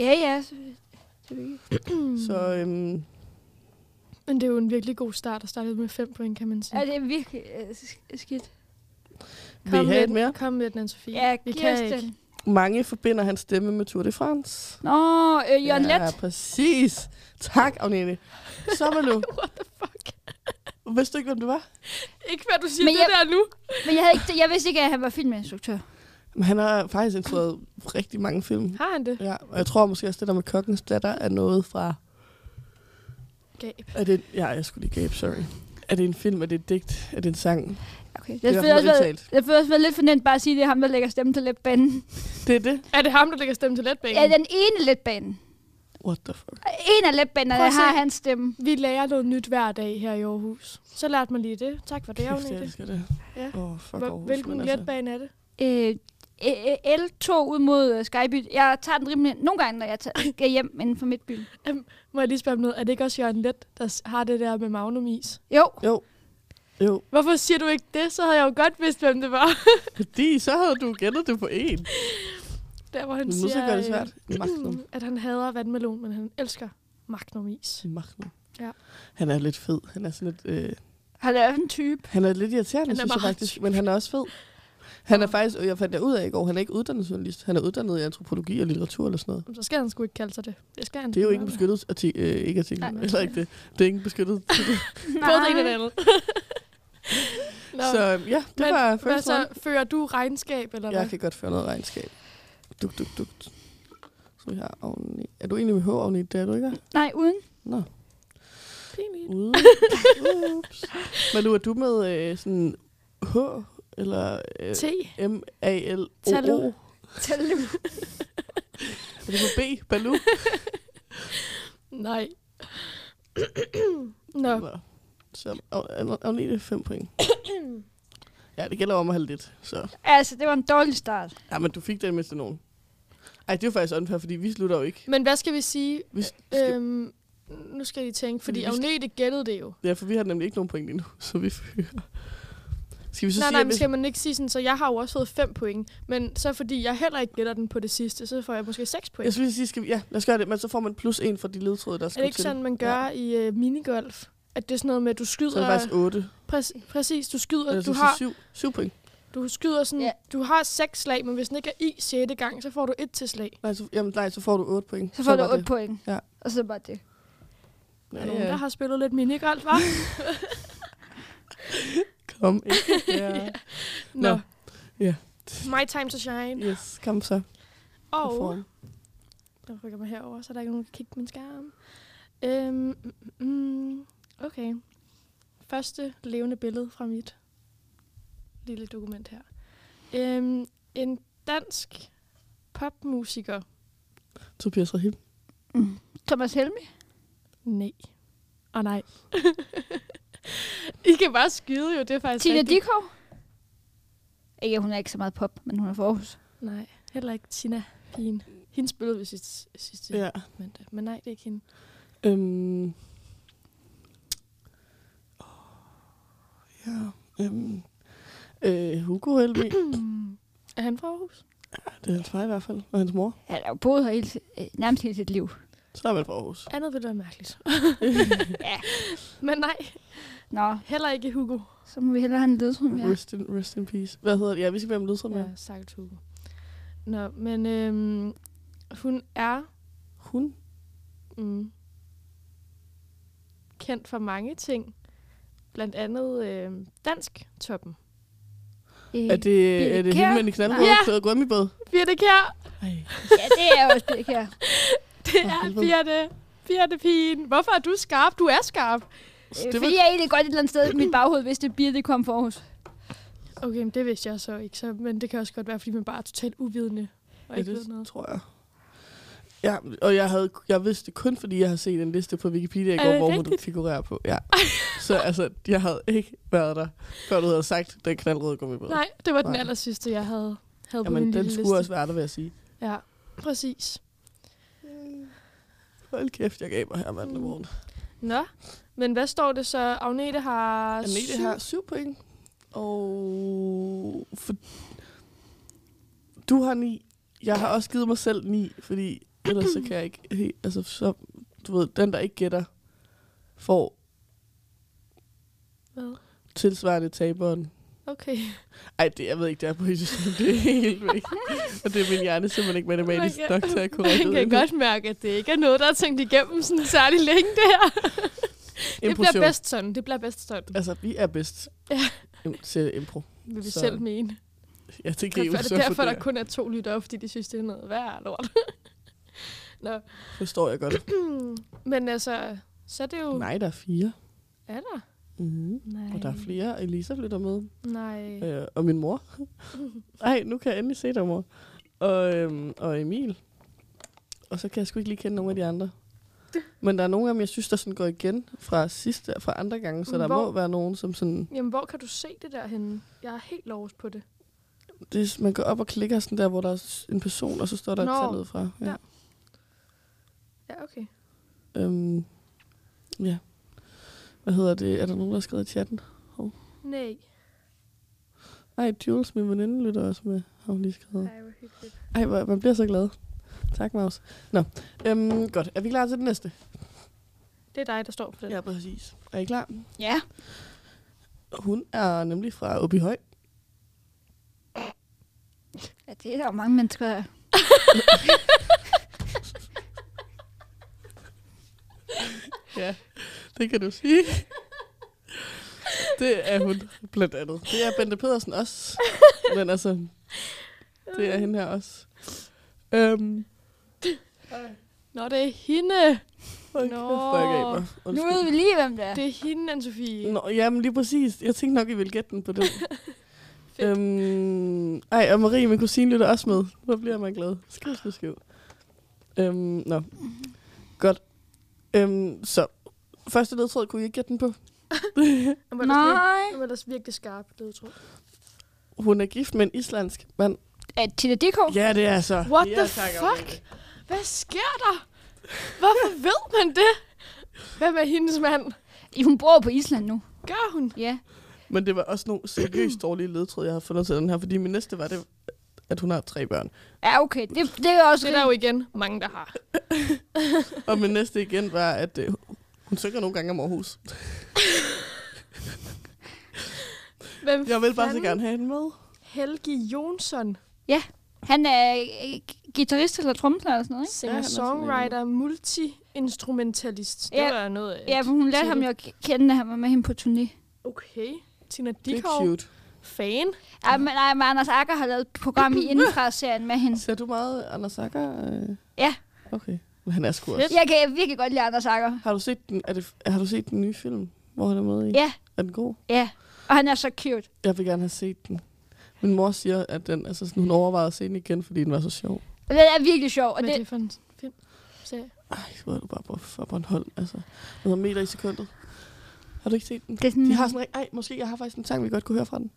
Speaker 2: Ja, ja. Så, det ved jeg.
Speaker 3: Så
Speaker 4: Mm.
Speaker 3: øhm,
Speaker 4: Men det er jo en virkelig god start at starte ud med fem point, kan man sige.
Speaker 2: Er det er virkelig øh, sk- skidt?
Speaker 3: vil I have
Speaker 4: med
Speaker 3: et
Speaker 4: den-
Speaker 3: mere?
Speaker 4: Kom med den, Sofie.
Speaker 2: Ja,
Speaker 4: vi
Speaker 2: giv os
Speaker 4: kan ikke.
Speaker 2: den.
Speaker 3: Mange forbinder hans stemme med Tour de France.
Speaker 2: Nå, øh, Jørgen Let.
Speaker 3: Ja, præcis. Tak, Agnete. Så var du.
Speaker 4: What the fuck?
Speaker 3: Vidste du ikke, hvem du var?
Speaker 4: Ikke hvad du siger men
Speaker 2: Men
Speaker 4: det
Speaker 2: jeg-
Speaker 4: der nu.
Speaker 2: Men jeg, havde ikke, jeg vidste ikke, at han var filminstruktør.
Speaker 3: Men han har faktisk instrueret rigtig mange film.
Speaker 4: Har han det?
Speaker 3: Ja, og jeg tror måske også, det der med kokkens datter er noget fra...
Speaker 4: Gab.
Speaker 3: Er det, ja, jeg skulle lige gabe, sorry. Er det en film? Er det et digt? Er det en sang?
Speaker 2: Okay. Det,
Speaker 3: er
Speaker 2: det,
Speaker 3: i hvert fald
Speaker 2: føler også været,
Speaker 3: udtalt.
Speaker 2: det føler også været lidt for nemt bare at sige, at det er ham, der lægger stemme til letbanen.
Speaker 3: Det er det?
Speaker 4: Er det ham, der lægger stemme til letbanen?
Speaker 2: Ja, den ene letbane.
Speaker 3: What the fuck?
Speaker 2: En af letbanerne
Speaker 4: Prøv at se.
Speaker 2: har hans stemme.
Speaker 4: Vi lærer noget nyt hver dag her i Aarhus. Så lærte man lige det. Tak for det,
Speaker 3: Kæft, jeg
Speaker 4: Agnete.
Speaker 3: elsker det.
Speaker 4: Ja.
Speaker 3: Åh, oh, fuck
Speaker 4: Hvor-
Speaker 3: Aarhus,
Speaker 4: Hvilken
Speaker 3: men
Speaker 4: letbane er det?
Speaker 2: Øh, øh, øh, L2 ud mod øh, Skyby. Jeg tager den rimelig nogle gange, når jeg tager, skal hjem inden for midtbyen.
Speaker 4: Må jeg lige spørge om noget? Er det ikke også Jørgen Let, der s- har det der med Magnum is?
Speaker 2: Jo,
Speaker 3: Jo,
Speaker 4: Hvorfor siger du ikke det? Så havde jeg jo godt vidst, hvem det var.
Speaker 3: fordi så havde du gættet det på en.
Speaker 4: Der, hvor han
Speaker 3: Men nu så
Speaker 4: siger,
Speaker 3: gør det
Speaker 4: øh,
Speaker 3: svært. Magnum.
Speaker 4: at han hader vandmelon, men han elsker Magnum is.
Speaker 3: Magnum.
Speaker 4: Ja.
Speaker 3: Han er lidt fed. Han er sådan lidt, øh,
Speaker 2: har det en type.
Speaker 3: han er lidt irriterende,
Speaker 4: Han er
Speaker 3: synes jeg
Speaker 4: meget
Speaker 3: faktisk. Men han er også fed. Han er
Speaker 4: Nå.
Speaker 3: faktisk, jeg fandt det ud af i går, han er ikke uddannet journalist. Han er uddannet i antropologi og litteratur eller sådan noget.
Speaker 4: Så skal han sgu ikke kalde sig det. Det skal han.
Speaker 3: Det er jo ikke en beskyttet artikel. Øh, ikke artikel.
Speaker 2: Nej.
Speaker 3: Eller ikke det. Det er ikke en beskyttet.
Speaker 4: Både det ene og det andet. Nå,
Speaker 3: Så øh, ja, det
Speaker 4: Men
Speaker 3: var
Speaker 4: hvad
Speaker 3: first
Speaker 4: så?
Speaker 3: round.
Speaker 4: Fører du regnskab, eller
Speaker 3: Jeg
Speaker 4: hvad?
Speaker 3: kan godt føre noget regnskab. Duk, duk, duk. Så vi har Agni. Er du egentlig med H, Agni? Det er du ikke?
Speaker 2: Nej, uden.
Speaker 3: Nå,
Speaker 4: Pinligt.
Speaker 3: ude. Ups. Men nu er du med øh, sådan H, eller øh,
Speaker 4: Te.
Speaker 3: M-A-L-O-O.
Speaker 4: Talu.
Speaker 2: Tælle.
Speaker 3: Er det med B? Balu?
Speaker 4: Nej. Nå,
Speaker 3: Nå. Så Ag- Agni, det er fem point. Ja, det gælder om at have lidt, så...
Speaker 2: Altså, det var en dårlig start.
Speaker 3: Ja, men du fik det mindste nogen. Ej, det er jo faktisk unfair, fordi vi slutter jo ikke.
Speaker 4: men hvad skal vi sige?
Speaker 3: Vi s- skal,
Speaker 4: Øhm, nu skal jeg lige tænke, fordi
Speaker 3: Vi skal-
Speaker 4: Agnete gættede det jo.
Speaker 3: ja, for vi har nemlig ikke nogen point endnu, så vi fører. Skal vi så
Speaker 4: Nej,
Speaker 3: sige,
Speaker 4: nej,
Speaker 3: at
Speaker 4: men
Speaker 3: hvis-
Speaker 4: skal man ikke sige sådan, så jeg har jo også fået 5 point. Men så fordi jeg heller ikke gætter den på det sidste, så får jeg måske 6 point.
Speaker 3: Jeg skulle lige sige, skal vi, ja, lad os gøre det, men så får man plus en for de ledtråde, der
Speaker 4: er
Speaker 3: skal
Speaker 4: det ikke
Speaker 3: til.
Speaker 4: sådan, man gør ja. i øh, minigolf? At det er sådan noget med, at du
Speaker 3: Så er det
Speaker 4: skyder...
Speaker 3: faktisk Altså, 8.
Speaker 4: præ- præcis, du skyder,
Speaker 3: Eller
Speaker 4: du
Speaker 3: så
Speaker 4: har,
Speaker 3: 7, 7 point.
Speaker 4: du skyder sådan...
Speaker 2: Ja.
Speaker 4: Du har seks slag, men hvis den ikke er i 6. gang, så får du et til slag.
Speaker 3: Nej så, jamen, nej, så får du 8 point.
Speaker 2: Så får du
Speaker 3: var
Speaker 2: 8 point.
Speaker 3: Ja.
Speaker 2: Og så bare det.
Speaker 4: Der
Speaker 3: Ja,
Speaker 4: er nogen,
Speaker 3: ja.
Speaker 4: der har spillet lidt minigolf, hva'?
Speaker 3: Kom ind. Ja. Nå. Ja.
Speaker 4: My time to shine.
Speaker 3: Yes, kom så.
Speaker 4: Og...
Speaker 3: Du får den.
Speaker 4: Der rykker mig herover, så der er ikke nogen, der kan kigge på min skærm. Øhm, mm, mm, okay. Første levende billede fra mit lille dokument her. Øhm, en dansk popmusiker.
Speaker 3: Tobias Rahim.
Speaker 2: Thomas Helmi.
Speaker 4: Nej. Åh oh, nej. I kan bare skyde jo, det er faktisk
Speaker 2: Tina
Speaker 4: rigtigt.
Speaker 2: Dikov. Ikke, hun er ikke så meget pop, men hun er for Aarhus.
Speaker 4: Nej, heller ikke Tina pigen. Hende spillede vi sidste, sidste ja.
Speaker 3: Ja.
Speaker 4: mandag. Men nej, det er ikke hende.
Speaker 3: Øhm. Ja. Øhm. Øh, Hugo Helmi.
Speaker 4: Er han fra Aarhus?
Speaker 3: det er hans far i hvert fald. Og hans mor.
Speaker 2: Han har jo boet her hele, si- øh, nærmest hele sit liv.
Speaker 3: Så er man fra Aarhus.
Speaker 4: Andet ville være mærkeligt.
Speaker 2: Ja.
Speaker 4: Men nej,
Speaker 2: Nå,
Speaker 4: heller ikke Hugo.
Speaker 2: så må vi hellere have en ledtråd
Speaker 3: Ja.
Speaker 2: mere.
Speaker 3: Rest, in, rest in peace. Hvad hedder det? Ja, vi skal være med ledtråd med.
Speaker 4: Ja, stakkels Hugo. Nå, men øhm, hun er
Speaker 3: Hun.
Speaker 4: mm, kendt for mange ting. Blandt andet øhm, dansk toppen.
Speaker 2: Øh,
Speaker 3: Er det, er
Speaker 2: Birthe
Speaker 3: det
Speaker 2: Kjær? Øh,
Speaker 3: hende med en knaldrød
Speaker 4: Ja.
Speaker 3: ja. gummibåd?
Speaker 4: Birte Kjær!
Speaker 3: Ej.
Speaker 2: Ja, det er jo også det her.
Speaker 4: Det
Speaker 3: For
Speaker 4: er
Speaker 3: helvede.
Speaker 4: Birte! Birte pigen! Hvorfor er du skarp? Du er skarp!
Speaker 2: Øh,
Speaker 3: Det var,
Speaker 2: fordi jeg egentlig godt et eller andet sted i mit baghoved vidste, at Birte kom fra Aarhus.
Speaker 4: Okay, men det vidste jeg så ikke, så, men det kan også godt være, fordi man bare er totalt uvidende og
Speaker 3: ja,
Speaker 4: ikke ved
Speaker 3: det
Speaker 4: noget.
Speaker 3: tror jeg. Ja, og jeg, havde, jeg vidste det kun, fordi jeg havde set en liste på Wikipedia i
Speaker 4: Er
Speaker 3: går,
Speaker 4: det
Speaker 3: hvor hun
Speaker 4: rigtigt?
Speaker 3: figurerer på. Ja. Så altså, jeg havde ikke været der, før du havde sagt, den knaldrøde gummibåd.
Speaker 4: Nej, det var den
Speaker 3: Nej.
Speaker 4: aller sidste, jeg havde, havde på min
Speaker 3: Jamen, den
Speaker 4: lille
Speaker 3: skulle
Speaker 4: liste.
Speaker 3: også være der, vil jeg sige.
Speaker 4: Ja, præcis.
Speaker 3: Hold kæft, jeg gaber her mandag morgen.
Speaker 4: Nå, men hvad står det så? Agnete har
Speaker 3: Agnete
Speaker 4: syv.
Speaker 3: har syv point, og for, du har ni. Jeg har også givet mig selv ni, fordi ellers så kan jeg ikke helt... Altså, så, du ved, den, der ikke gætter, får
Speaker 4: Hvad?
Speaker 3: tilsvarende taberen.
Speaker 4: Okay.
Speaker 3: Ej, det, jeg ved ikke, det er poetisk, men det er helt væk. Og det er min hjerne simpelthen ikke matematisk
Speaker 4: Man kan-
Speaker 3: nok til at kunne
Speaker 4: Man kan godt mærke, at det ikke er noget, der er tænkt igennem sådan særlig længe, det her. Det bliver bedst sådan. Det bliver bedst sådan,
Speaker 3: Altså, vi er bedst
Speaker 4: Ja.
Speaker 3: Im- til impro.
Speaker 4: vil vi
Speaker 3: Så-
Speaker 4: så. selv mene.
Speaker 3: Ja, det
Speaker 4: Det
Speaker 3: kan I jo
Speaker 4: er
Speaker 3: så
Speaker 4: derfor, der
Speaker 3: vurdere.
Speaker 4: kun er to lyttere, fordi de synes, det er noget værd lort. Nå,
Speaker 3: Forstår jeg godt.
Speaker 4: men altså, så er det jo...
Speaker 3: Nej, der er fire.
Speaker 4: Er der?
Speaker 3: Mm.
Speaker 4: Nej.
Speaker 3: Og der er flere. Elisa flytter med.
Speaker 4: Nej.
Speaker 3: Øh, og min mor. Ej, nu kan jeg endelig se dig, mor. Og, øhm, og Emil. Og så kan jeg sgu ikke lige kende nogen af de andre. Men der er nogle af dem, jeg synes, der sådan går igen fra sidste, fra andre gange, så der
Speaker 4: Hvor-
Speaker 3: må være nogen, som sådan...
Speaker 4: Jamen, hvor kan du se det der henne? Jeg er helt lost på det.
Speaker 3: det, er- man går op og klikker sådan der, hvor der er s- en person, og så står der
Speaker 4: Nå.
Speaker 3: et tal ud fra.
Speaker 4: Ja. Ja, okay.
Speaker 3: Øhm, ja. Hvad hedder det? Er der nogen, der har skrevet i chatten?
Speaker 4: Nej.
Speaker 3: Ej, Jules, min veninde, lytter også med. Har hun lige skrevet.
Speaker 4: Ej, hvor hyggeligt.
Speaker 3: Ej, hvor- man bliver så glad. Tak, Maus. Nå, øhm, godt. Er vi klar til den næste?
Speaker 4: Det er dig, der står for den.
Speaker 3: præcis. Er I klar?
Speaker 2: Ja.
Speaker 3: Hun er nemlig fra Åbyhøj.
Speaker 2: ja, det er der jo mange mennesker. der-
Speaker 3: Ja, det kan du sige. Det er hun blandt andet. Det er Bente Pedersen også. Men altså, det er hende her også. Øhm,
Speaker 4: Nå, det er hende.
Speaker 3: hold kæft,
Speaker 4: Nå.
Speaker 3: hvor jeg gav mig.
Speaker 2: Nu
Speaker 3: Undskyld.
Speaker 2: ved vi lige, hvem det er.
Speaker 4: Det er hende, Anne-Sophie.
Speaker 3: Nå, jamen lige præcis. Jeg tænkte nok, I ville gætte den på den. øhm, ej, og Marie, min kusine, lytter også med. Hvor bliver man glad. Skriv, skriv, skriv. Øhm, nå. Godt. Øhm, så, første ledtråd kunne I ikke gætte den på.
Speaker 4: Jeg må ellers virkelig-
Speaker 2: Nej.
Speaker 4: Jeg var ellers virkelig skarp, det tror jeg.
Speaker 3: Hun er gift med en islandsk mand.
Speaker 2: Er det Tina Dikov?
Speaker 3: Ja, det er så.
Speaker 4: What
Speaker 3: ja,
Speaker 4: the
Speaker 3: tak,
Speaker 4: fuck?
Speaker 3: Amalie.
Speaker 4: Hvad sker der? Hvorfor ved man det? Hvem er hendes mand?
Speaker 2: Hun bor på Island nu.
Speaker 4: Gør hun?
Speaker 2: Ja.
Speaker 3: Men det var også nogle seriøst dårlige ledtråd, jeg har fundet til den her. Fordi min næste var det, at hun har tre børn.
Speaker 2: Ja, okay. Det, det er også
Speaker 4: Det er der jo igen mange, der har.
Speaker 3: Og min næste igen var, at øh, hun synger nogle gange om Aarhus.
Speaker 4: Hvem
Speaker 3: Jeg vil bare så
Speaker 4: fanden?
Speaker 3: gerne have hende med.
Speaker 4: Helgi Jonsson,
Speaker 2: Han er øh, guitarist eller trommeslager eller sådan noget, ikke?
Speaker 4: singer-songwriter, multi-instrumentalist. Det
Speaker 2: Ja.
Speaker 4: var noget af
Speaker 2: Ja,
Speaker 4: et
Speaker 2: for hun lærte
Speaker 4: titel.
Speaker 2: ham jo at kende, da han var med hende på turné.
Speaker 4: Okay. Tina
Speaker 3: Det er
Speaker 4: Dikov,
Speaker 3: cute.
Speaker 4: fan.
Speaker 2: Ej, men, nej, men Anders Akker har lavet et program i Indefra-serien med hende.
Speaker 3: Ser du meget Anders Akker? øh?
Speaker 2: Ja.
Speaker 3: Okay. Men han er sgu
Speaker 4: Fedt.
Speaker 3: også.
Speaker 2: Jeg kan virkelig godt lide Anders Akker.
Speaker 3: Har du, set den, er det, har du set den nye film, hvor han er med i?
Speaker 2: Ja,
Speaker 3: Er den god?
Speaker 2: ja. Og han er så cute.
Speaker 3: Jeg vil gerne have set den. Min mor siger, at den, altså sådan, hun overvejede at se den igen, fordi den var så sjov.
Speaker 2: Og den er virkelig sjov. Og
Speaker 4: Hvad
Speaker 2: det,
Speaker 4: er det for en film? Serie?
Speaker 3: Ej, hvor er du bare på, for Bornholm, altså. Den hedder meter i sekundet. Har du ikke set den?
Speaker 2: det er sådan,
Speaker 3: De har sådan en- Ej, måske jeg har faktisk en sang, vi godt kunne høre fra den.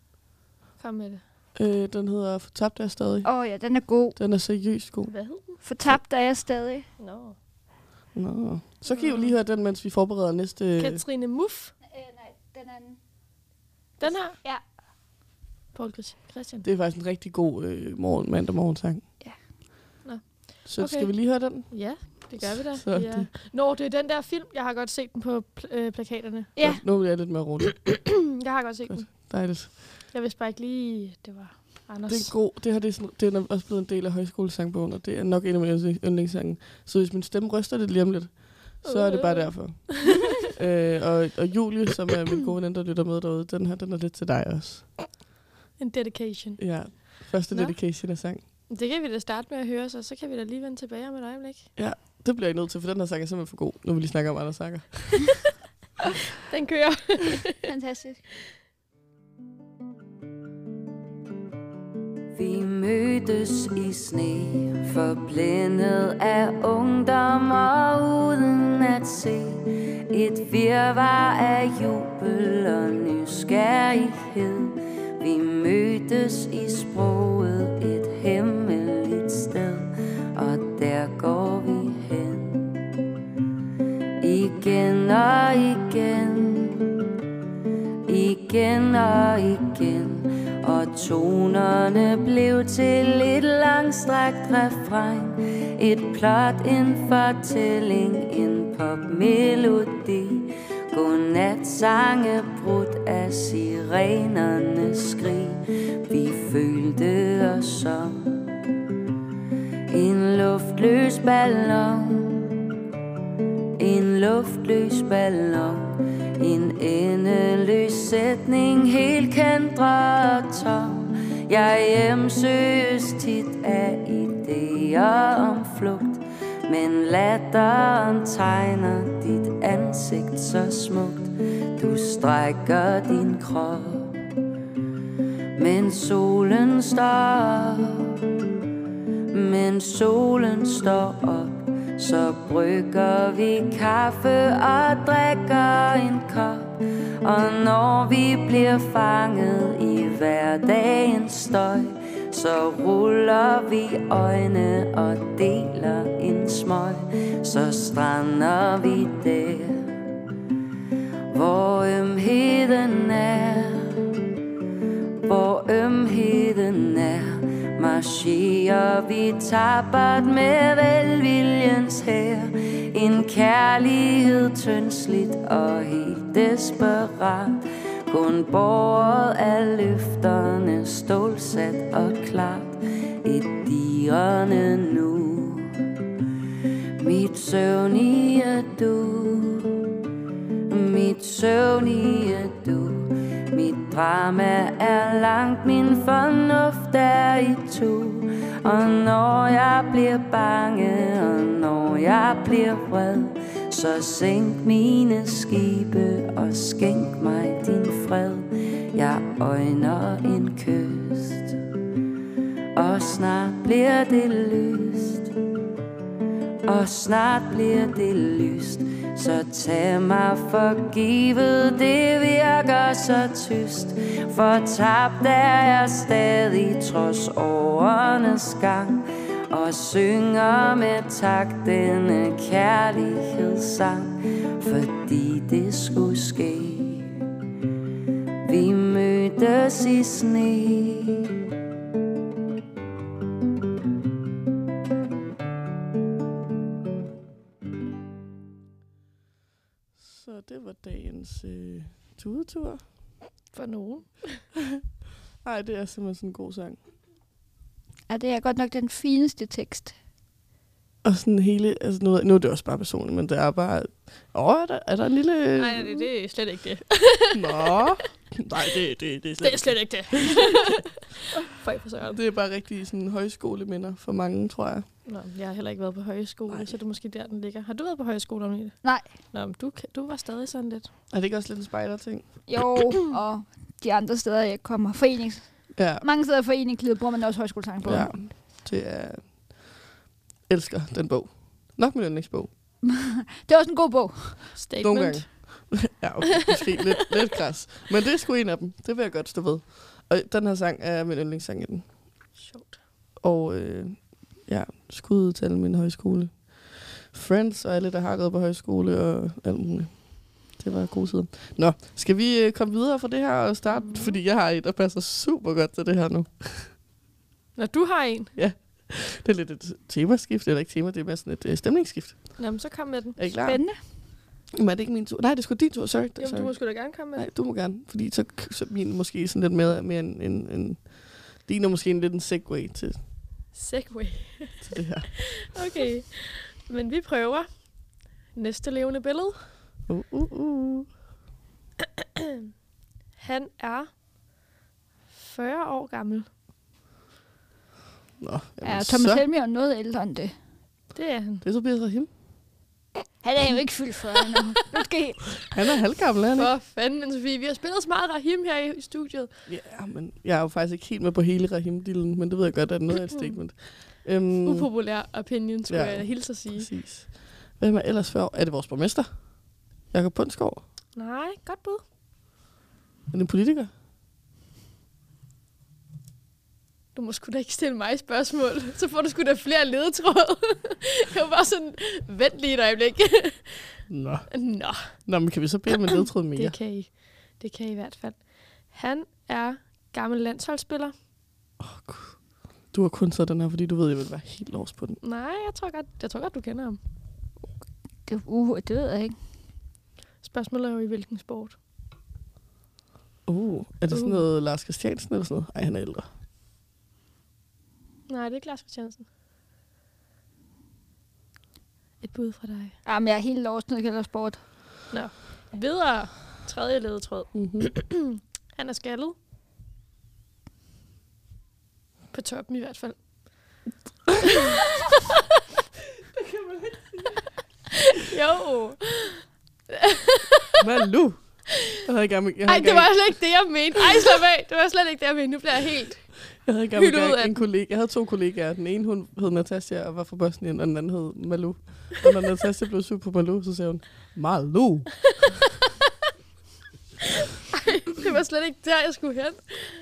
Speaker 4: Kom med det.
Speaker 3: Øh, den hedder Fortabt er jeg stadig.
Speaker 2: Åh oh, ja, den er god.
Speaker 3: Den er seriøst god.
Speaker 4: Hvad hed den?
Speaker 2: Fortabt er jeg stadig.
Speaker 4: Nå.
Speaker 3: Nå. Så kan I jo lige høre den, mens vi forbereder næste...
Speaker 4: Katrine Muff.
Speaker 2: Øh, nej, den anden.
Speaker 4: Den her?
Speaker 2: Ja.
Speaker 4: Paul Christ- Christian.
Speaker 3: Det er faktisk en rigtig god øh, morgen, mandag morgensang.
Speaker 2: Ja.
Speaker 4: Nå.
Speaker 3: Så okay.
Speaker 4: Okay.
Speaker 3: skal vi lige høre den?
Speaker 4: Ja, det gør vi da.
Speaker 3: Så er
Speaker 4: ja. Nå, det er den der film. Jeg har godt set den på pl- øh, plakaterne. Mm,
Speaker 2: Ja.
Speaker 3: Godt, Nu bliver jeg lidt mere rolig.
Speaker 4: Jeg har godt set
Speaker 3: Godt.
Speaker 4: den.
Speaker 3: Dejligt.
Speaker 4: Jeg vidste bare ikke lige, at det var Anders.
Speaker 3: Det er god. Det her det er, sådan, det er også blevet en del af højskolesangbogen, og det er nok en af mine yndlings- yndlingssange. Så hvis min stemme ryster lidt lige om lidt, så er det bare derfor. øh, og, og Julie, som er min gode veninde, der lytter med derude, den her, den er lidt til dig også.
Speaker 4: En dedication.
Speaker 3: Ja. Første
Speaker 4: Nå.
Speaker 3: dedication af sang.
Speaker 4: Det kan vi da starte med at høre, så, så kan vi da lige vende tilbage om et øjeblik.
Speaker 3: Det bliver jeg nødt til, for den her sang er simpelthen for god, når vi lige snakker om andre sanger.
Speaker 4: Den kører.
Speaker 2: Fantastisk.
Speaker 6: Vi mødtes i sne, forblindet af ungdom og uden at se Et virvar af jubel og nysgerrighed Vi mødtes i sproget et hemmeligt sted Og der går vi hen Igen og igen igen og igen Og tonerne blev til et langstrakt refræn Et plot, en fortælling, en popmelodi Godnat sange brudt af sirenernes skrig Vi følte os som en luftløs ballon en luftløs ballon En endeløs sætning Helt kendre og tom Jeg hjemsøges tit af idéer om flugt Men latteren tegner dit ansigt så smukt Du strækker din krop Men solen står op men solen står op, så brygger vi kaffe og drikker en kop. Og når vi bliver fanget i hverdagens støj, Så ruller vi øjne og deler en smøg Så strander vi der Hvor ømheden er hvor ømheden er Marcherer vi tabert med velviljens her En kærlighed tyndsligt og helt desperat Kun båret af løfterne stålsat og klart Et dirrende nu Mit søvnige du mit søvnige du Mit drama er langt, min fornuft er i to Og når jeg bliver bange, og når jeg bliver vred Så sænk mine skibe og skænk mig din fred Jeg øjner en kyst Og snart bliver det lyst og snart bliver det lyst Så tag mig for givet Det virker så tyst For tabt er jeg stadig Trods årenes gang Og synger med tak Denne kærlighedssang Fordi det skulle ske Vi mødtes i sne
Speaker 3: Så det var dagens øh, tudetur.
Speaker 4: For nogen.
Speaker 3: Nej, det er simpelthen sådan en god sang.
Speaker 2: Ja, det er godt nok den fineste tekst.
Speaker 3: Og sådan hele, altså nu, ved jeg- nu er det også bare personligt, men det er bare, åh, er der, er der en lille...
Speaker 4: Nej, det, det er slet ikke det.
Speaker 3: Nå. Nej, det, det, det er slet
Speaker 4: Det er slet ikke det. Føj for søren.
Speaker 3: Det er bare rigtig sådan højskoleminder for mange, tror jeg.
Speaker 4: Nå, jeg har heller ikke været på højskole,
Speaker 3: Nej.
Speaker 4: så det er måske der, den ligger. Har du været på højskole, Agnete?
Speaker 2: Nej.
Speaker 4: Nå, men du, kan- du var stadig sådan lidt.
Speaker 3: Er det ikke også lidt en spejder-ting?
Speaker 2: Jo, og de andre steder, jeg kommer. Forenings.
Speaker 3: Ja.
Speaker 2: Mange steder i foreningslivet bruger man også højskolesang på.
Speaker 3: ja. Det er... Elsker den bog. Nok min yndlingsbog.
Speaker 2: Det er også en god bog.
Speaker 4: Statement.
Speaker 3: Nogle gange. ja, okay. Måske lidt, lidt græs. Men det er sgu en af dem. Det vil jeg godt stå ved. Og den her sang er min yndlingssang i den.
Speaker 4: Sjovt.
Speaker 3: Og øh, ja, skud til alle mine højskole. Friends og alle, der har gået på højskole og alt muligt. Det var gode sider. Nå, skal vi øh, komme videre fra det her og starte? Mm. Fordi jeg har et, der passer super godt til det her nu.
Speaker 4: Når du har en,
Speaker 3: Det er lidt et temaskift, eller ikke tema, det er mere sådan et øh, stemningsskift.
Speaker 4: Nå, men så kom med den.
Speaker 3: Er I klar?
Speaker 2: Spændende.
Speaker 3: Jamen, er det ikke min tur? Nej, det er sgu din tur, sorry. Det-
Speaker 4: Jamen,
Speaker 3: sorry.
Speaker 4: du må sgu da gerne komme med
Speaker 3: Nej,
Speaker 4: den.
Speaker 3: du må gerne, fordi så, så min måske sådan lidt mere, mere en, en, en... Din er måske en lidt en segue til,
Speaker 4: Segway.
Speaker 3: til det her.
Speaker 4: Okay. Men vi prøver. Næste levende billede.
Speaker 3: Uh, uh, uh.
Speaker 4: Han er 40 år gammel.
Speaker 3: Nå, jamen,
Speaker 2: Ja, Thomas
Speaker 3: så.
Speaker 2: Helmi er jo noget ældre end det.
Speaker 4: Det er han.
Speaker 3: Det er Tobias Rahim.
Speaker 2: Han er jo ikke fyldt 40 nu. Måske.
Speaker 3: Han er halvgammel, er han ikke?
Speaker 4: For fanden, men Sofie, vi har spillet så meget Rahim her i studiet.
Speaker 3: Ja, men jeg er jo faktisk ikke helt med på hele Rahim-dillen, men det ved jeg godt, at det er noget af et statement. Øhm,
Speaker 4: Upopulær opinion, skulle
Speaker 3: Ja.
Speaker 4: ja. jeg hilse at sige.
Speaker 3: Præcis. Hvem er ellers før? Er det vores borgmester? Jakob Bundsgaard?
Speaker 4: Nej, godt bud.
Speaker 3: Er det en politiker?
Speaker 4: Du må sgu da ikke stille mig spørgsmål. Så får du sgu da flere ledetråde. jeg var bare sådan, vent lige et øjeblik.
Speaker 3: Nå.
Speaker 4: Nå,
Speaker 3: Nå, men kan vi så bede om en ledtråd mere?
Speaker 4: det kan I. Det kan I i hvert fald. Han er gammel landsholdsspiller.
Speaker 3: Du har kun taget den her, fordi du ved, at jeg vil være helt lovs på den.
Speaker 4: Nej, jeg tror godt, jeg tror godt du kender ham.
Speaker 2: Det, uh, det ved jeg ikke.
Speaker 4: Spørgsmålet er jo i hvilken sport.
Speaker 3: Oh, er det sådan
Speaker 4: Uh.
Speaker 3: noget Lars Christiansen eller sådan noget? Ej, han er ældre.
Speaker 4: Nej, det er ikke Lars Christiansen. Et bud fra dig.
Speaker 2: Jamen, Ah, jeg er helt lost, når det gælder sport.
Speaker 4: Videre. Tredje ledetråd.
Speaker 3: Mm-hmm.
Speaker 4: Han er skaldet. På toppen i hvert fald. det kan man ikke sige.
Speaker 3: Malu! Jeg havde ikke engang, jeg
Speaker 4: Jo. Ej,
Speaker 3: havde
Speaker 4: det var slet ikke det, jeg mente. Ej, slap af. Det var slet ikke det, jeg mente. Nu bliver jeg helt...
Speaker 3: jeg havde, ikke engang
Speaker 4: hyldet ud af
Speaker 3: engang en
Speaker 4: den.
Speaker 3: kollega, jeg havde to kollegaer. Den ene hun hed Natasha og var fra Bosnien, og den anden hed Malu. Og når Natasha blev sur på Malu, så sagde hun, Malu!
Speaker 4: Det var slet ikke der, jeg skulle hen.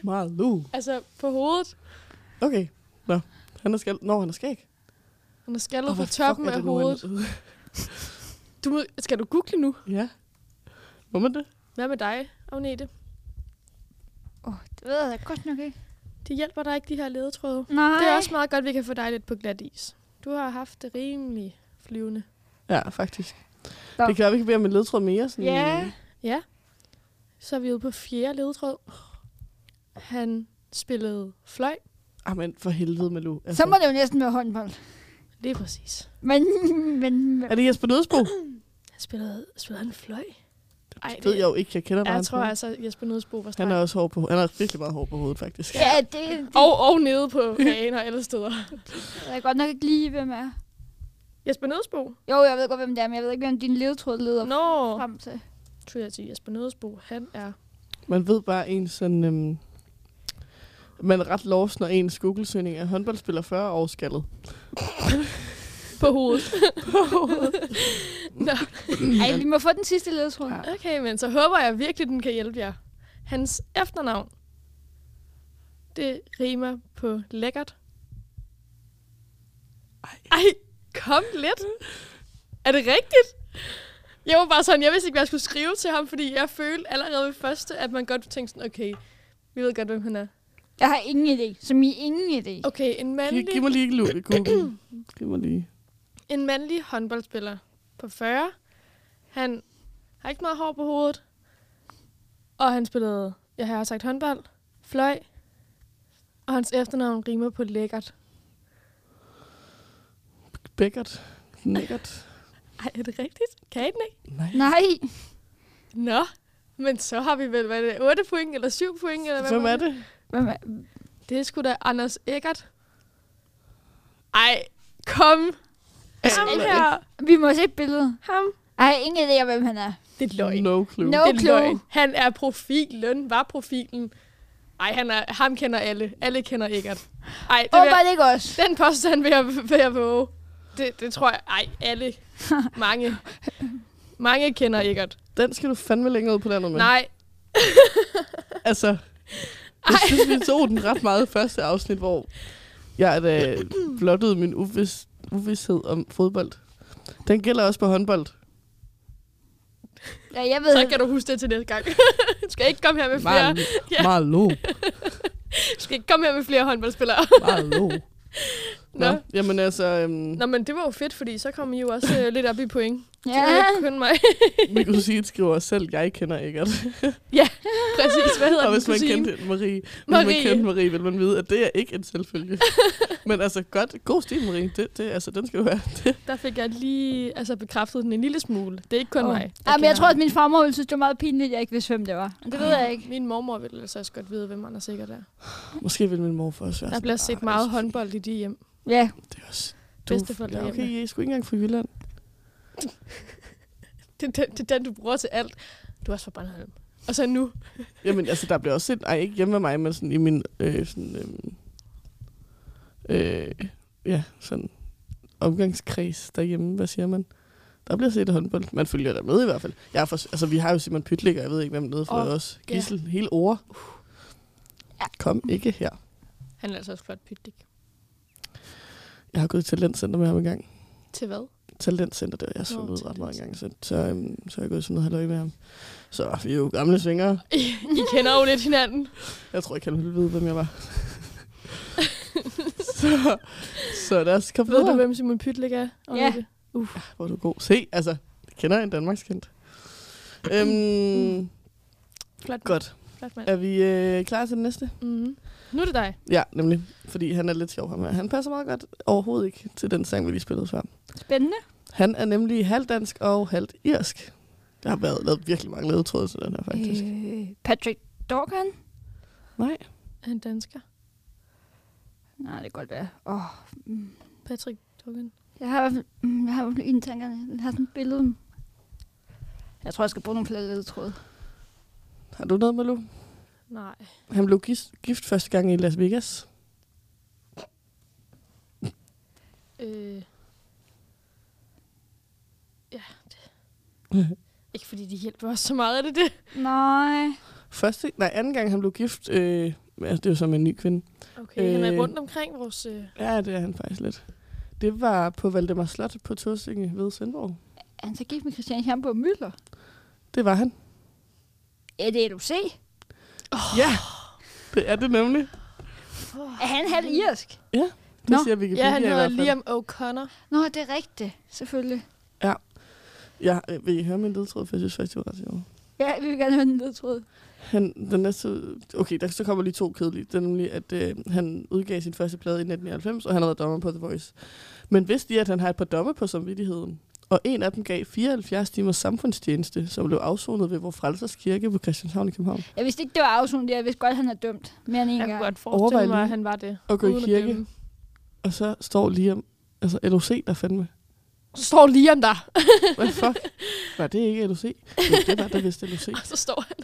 Speaker 3: Malu!
Speaker 4: Altså, på hovedet.
Speaker 3: Okay, nå. Han er skal... Nå, han er skæg.
Speaker 4: Han er skaldet
Speaker 3: Åh,
Speaker 4: oh,
Speaker 3: hvad
Speaker 4: på
Speaker 3: fuck
Speaker 4: toppen
Speaker 3: er
Speaker 4: af
Speaker 3: det nu, han-
Speaker 4: hovedet. Du må, skal du google nu?
Speaker 3: ja. Må man det?
Speaker 4: Hvad med dig, Agnete?
Speaker 2: Åh, oh, det ved jeg da godt nok ikke.
Speaker 4: Det hjælper dig ikke, de her ledetråde.
Speaker 2: Nej.
Speaker 4: Det er også meget godt, at vi kan få dig lidt på glat is. Du har haft det rimelig flyvende.
Speaker 3: Ja, faktisk.
Speaker 2: Nå.
Speaker 3: Det kan være, vi kan bede om en ledtråd mere. Sådan,
Speaker 2: Ja.
Speaker 4: Ja. Så er vi ude på fjerde ledetråd. Han spillede fløj.
Speaker 3: Ah, men for helvede, Malou. Altså,
Speaker 2: Så må det jo næsten være håndbold.
Speaker 4: Lige præcis.
Speaker 2: Men, men, men
Speaker 3: Er det Jesper Nødsbo?
Speaker 4: Han spillede, spillede han fløj? Ej,
Speaker 3: Det ved jeg jo ikke. Jeg kender
Speaker 4: Ja,
Speaker 3: bare
Speaker 4: jeg
Speaker 3: hans
Speaker 4: tror
Speaker 3: navn.
Speaker 4: altså, Jesper Nødsbo var streng.
Speaker 3: Han er også hård på, han er virkelig meget hård på hovedet, faktisk.
Speaker 2: ja, det, det
Speaker 4: Og, og nede på kagen og alle steder.
Speaker 2: ved jeg godt nok ikke lige, hvem er.
Speaker 4: Jesper Nødsbo?
Speaker 2: Jo, jeg ved godt, hvem det er, men jeg ved ikke, hvem din ledetråd leder no.
Speaker 4: Nå,
Speaker 2: frem til.
Speaker 4: tror jeg til Jesper Nødsbo. Han er...
Speaker 3: Man ved bare en sådan... Øhm, man er ret lost, når ens Google-søgning er håndboldspiller 40 år skaldet.
Speaker 4: På hovedet. på hovedet.
Speaker 2: Ej, vi må få den sidste ledetråd.
Speaker 3: Ja.
Speaker 4: Okay, men så håber jeg virkelig, den kan hjælpe jer. Hans efternavn, det rimer på lækkert. Ej, kom lidt. Er det rigtigt? Jeg var bare sådan, jeg vidste ikke, hvad jeg skulle skrive til ham, fordi jeg følte allerede ved første, at man godt tænkte sådan, okay, vi ved godt, hvem han er.
Speaker 2: Jeg har ingen idé, som I ingen idé.
Speaker 4: Okay, en
Speaker 3: Giv,
Speaker 4: mandlig,
Speaker 3: giv mig lige Lu- Google. giv mig lige.
Speaker 4: en mandlig håndboldspiller på 40. Han har ikke meget hår på hovedet. Og han spillede, jeg har sagt håndbold, fløj. Og hans efternavn rimer på lækkert.
Speaker 3: Beckert. Nikkert.
Speaker 4: Ej, er det rigtigt? Kan I den ikke?
Speaker 3: Nej.
Speaker 2: Nej,
Speaker 4: Nå, men så har vi vel, hvad er det, 8 point eller 7 point? Eller hvad
Speaker 3: Hvem
Speaker 4: var
Speaker 3: er det?
Speaker 2: hvem er?
Speaker 4: Det er sgu da Anders Eggert. Ej, kom. Ham
Speaker 2: Anders
Speaker 4: her.
Speaker 2: Vi må se et billede.
Speaker 4: Ham.
Speaker 2: Jeg har ingen idé om, hvem han er.
Speaker 4: Det er løgn.
Speaker 3: No clue.
Speaker 2: No
Speaker 4: Det er
Speaker 2: clue.
Speaker 4: løgn. Han er profilen. Var profilen. Ej, han er, ham kender alle. Alle kender Eggert. Ej, det
Speaker 2: Åh,
Speaker 4: vil
Speaker 2: var
Speaker 4: jeg,
Speaker 2: det ikke os?
Speaker 4: den påstand vil jeg, vil jeg våge. Det, det tror jeg. Ej, alle. Mange. Mange kender Eggert.
Speaker 3: Den skal du fandme længere ud på landet med.
Speaker 4: Nej,
Speaker 3: Altså, jeg synes, vi tog den ret meget i første afsnit, hvor jeg da blottede min uvis, uvidshed om fodbold. Den gælder også på håndbold.
Speaker 2: Ja, jeg ved.
Speaker 4: så kan du huske det til næste gang. du skal ikke komme her med flere,
Speaker 3: Mal,
Speaker 4: Øh, Ja.
Speaker 3: Malo.
Speaker 4: du skal ikke komme her med flere håndboldspillere.
Speaker 3: Malo. Nå,
Speaker 4: Nå.
Speaker 3: jamen altså, øhm,
Speaker 4: Nå, men det var jo fedt, fordi så kom I jo også øh, lidt op i point. Det
Speaker 2: Ja.
Speaker 4: var jo kun mig.
Speaker 3: min kusine skriver selv, jeg kender Eggert.
Speaker 4: Præcis, hvad hedder
Speaker 3: Og
Speaker 4: den
Speaker 3: hvis man
Speaker 4: kusine?
Speaker 3: kendte Marie, hvis
Speaker 4: Marie.
Speaker 3: man kendte Marie, vil man vide, at det er ikke en selvfølge. Men altså, godt, god stil, Marie. Det, det, altså, den skal du have. Det.
Speaker 4: Der fik jeg lige altså, bekræftet den en lille smule. Det er ikke kun oh.
Speaker 2: Åh.
Speaker 4: mig. der
Speaker 2: Ja, men jeg
Speaker 4: kender
Speaker 2: tror,
Speaker 4: ham.
Speaker 2: at min farmor ville synes, det var meget pinligt, at jeg ikke vidste, hvem det var. Men Det ved jeg ikke.
Speaker 4: Min mormor vil altså også godt vide, hvem Anders Sikkert er.
Speaker 3: Måske vil min mor for os være
Speaker 4: Der
Speaker 3: sådan,
Speaker 4: bliver set
Speaker 3: "Ah,
Speaker 4: meget
Speaker 3: Sofie,
Speaker 4: håndbold i de hjem.
Speaker 2: Ja,
Speaker 3: Det er også...
Speaker 4: Bedsteforældre
Speaker 3: ja,
Speaker 4: hjemme.
Speaker 3: okay, jeg er sgu ikke engang fra Jylland.
Speaker 4: Det, er den- det, er den, du bruger til alt. Du er også fra Bornholm. Og så nu.
Speaker 3: Jamen, altså, der bliver også set... Ej, ikke hjemme med mig, men sådan i min... Øh, sådan, øh, øh, ja, sådan omgangskreds derhjemme, hvad siger man? Der bliver set håndbold. Man følger der med i hvert fald. Jeg er for, altså, vi har jo Simon Pytlik, og jeg ved ikke, hvem nede fra
Speaker 4: Åh,
Speaker 3: os.
Speaker 4: ja.
Speaker 3: Gissel, hele ord.
Speaker 2: Ja.
Speaker 3: Kom ikke her.
Speaker 4: Han er altså også flot pytdik.
Speaker 3: Jeg har gået i talentcenter med ham en gang.
Speaker 4: Til hvad?
Speaker 3: Talentcenter, det har jeg sunget
Speaker 4: Nå,
Speaker 3: ud ret meget engang, så, så, øhm, så har jeg gået sådan noget halvøj med ham. Så vi er jo gamle svingere.
Speaker 4: I kender jo lidt hinanden.
Speaker 3: Jeg tror ikke, han ville vide, hvem jeg var. så, så lad os komme
Speaker 4: Ved du,
Speaker 3: videre.
Speaker 4: hvem Simon Pytlik er? Agnete?
Speaker 3: Hvor er du god. Se, altså, jeg kender en Danmarkskendt. Øhm,
Speaker 4: Flot mand.
Speaker 3: godt.
Speaker 4: Flot mand.
Speaker 3: Er vi øh, klar til den næste?
Speaker 4: Mm-hmm. Nu er det dig.
Speaker 3: Ja, nemlig. Fordi han er lidt sjov, ham her. Han passer meget godt overhovedet ikke til den sang, vi lige spillede før.
Speaker 2: spændende.
Speaker 3: Han er nemlig halvdansk og halvt irsk. Der har været lavet virkelig mange ledetråde til den her, faktisk. Øh.
Speaker 2: Øh, Patrick Dorgan?
Speaker 3: Nej.
Speaker 4: Er han dansker?
Speaker 2: Nej, det kan godt være. Åh, mm.
Speaker 4: Patrick Dugan.
Speaker 2: Jeg har, i hvert fald- mm, jeg har i hvert fald en tanker. Jeg har sådan et billede. Jeg tror, jeg skal bruge nogle flere ledetråde.
Speaker 3: Har du noget, Malou?
Speaker 4: Nej.
Speaker 3: Han blev gis- gift første gang i Las Vegas.
Speaker 4: Øh. Ja, det. Ikke fordi de hjælper os så meget, er det det?
Speaker 2: Nej.
Speaker 3: Første, nej, anden gang han blev gift øh, Men altså, det er jo som en ny kvinde.
Speaker 4: Okay, øh, han
Speaker 3: Øh,
Speaker 4: er rundt omkring vores... Øh,
Speaker 3: Ja, det er han faktisk lidt. Det var på Valdemar Slot på Torsinge ved Svendborg.
Speaker 2: Er han så gift med Christian Schamburg Møller?
Speaker 3: Det var han.
Speaker 2: Er det LOC?
Speaker 3: Ja, det er det nemlig.
Speaker 2: Er han halv irsk?
Speaker 3: Det
Speaker 2: Nå.
Speaker 3: siger Wikipedia
Speaker 4: ja, han
Speaker 3: i
Speaker 4: hedder
Speaker 3: hvert fald.
Speaker 4: Liam O'Connor.
Speaker 2: Nå, det er rigtigt, selvfølgelig.
Speaker 3: Ja, øh, vil I høre min ledtråd, for jeg synes faktisk, det var ret sjovt.
Speaker 2: Ja, vi vil gerne høre den ledtråd.
Speaker 3: Han, den næste, okay, der så kommer lige to kedelige. Det er nemlig, at øh, han udgav sin første plade i 1999, og han har været dommer på The Voice. Men vidste I, at han har et par dommer på samvittigheden? Og en af dem gav 74 timers samfundstjeneste, som blev afsonet ved Vor Frelsers Kirke på Christianshavn i København.
Speaker 2: Jeg vidste ikke, det var afsonet, jeg vidste godt, han er dømt mere end en
Speaker 4: Jeg
Speaker 2: gang.
Speaker 4: kunne godt
Speaker 3: Overvej
Speaker 4: forestille mig,
Speaker 3: lige
Speaker 4: at han var det.
Speaker 3: at gå i
Speaker 4: uden at
Speaker 3: kirke.
Speaker 4: dømme.
Speaker 3: Og så står lige om, altså LOC der fandme.
Speaker 4: Så står Liam der,
Speaker 3: Hvad fuck? Var det ikke LOC? Jo, det var der vist LOC.
Speaker 4: og så står han.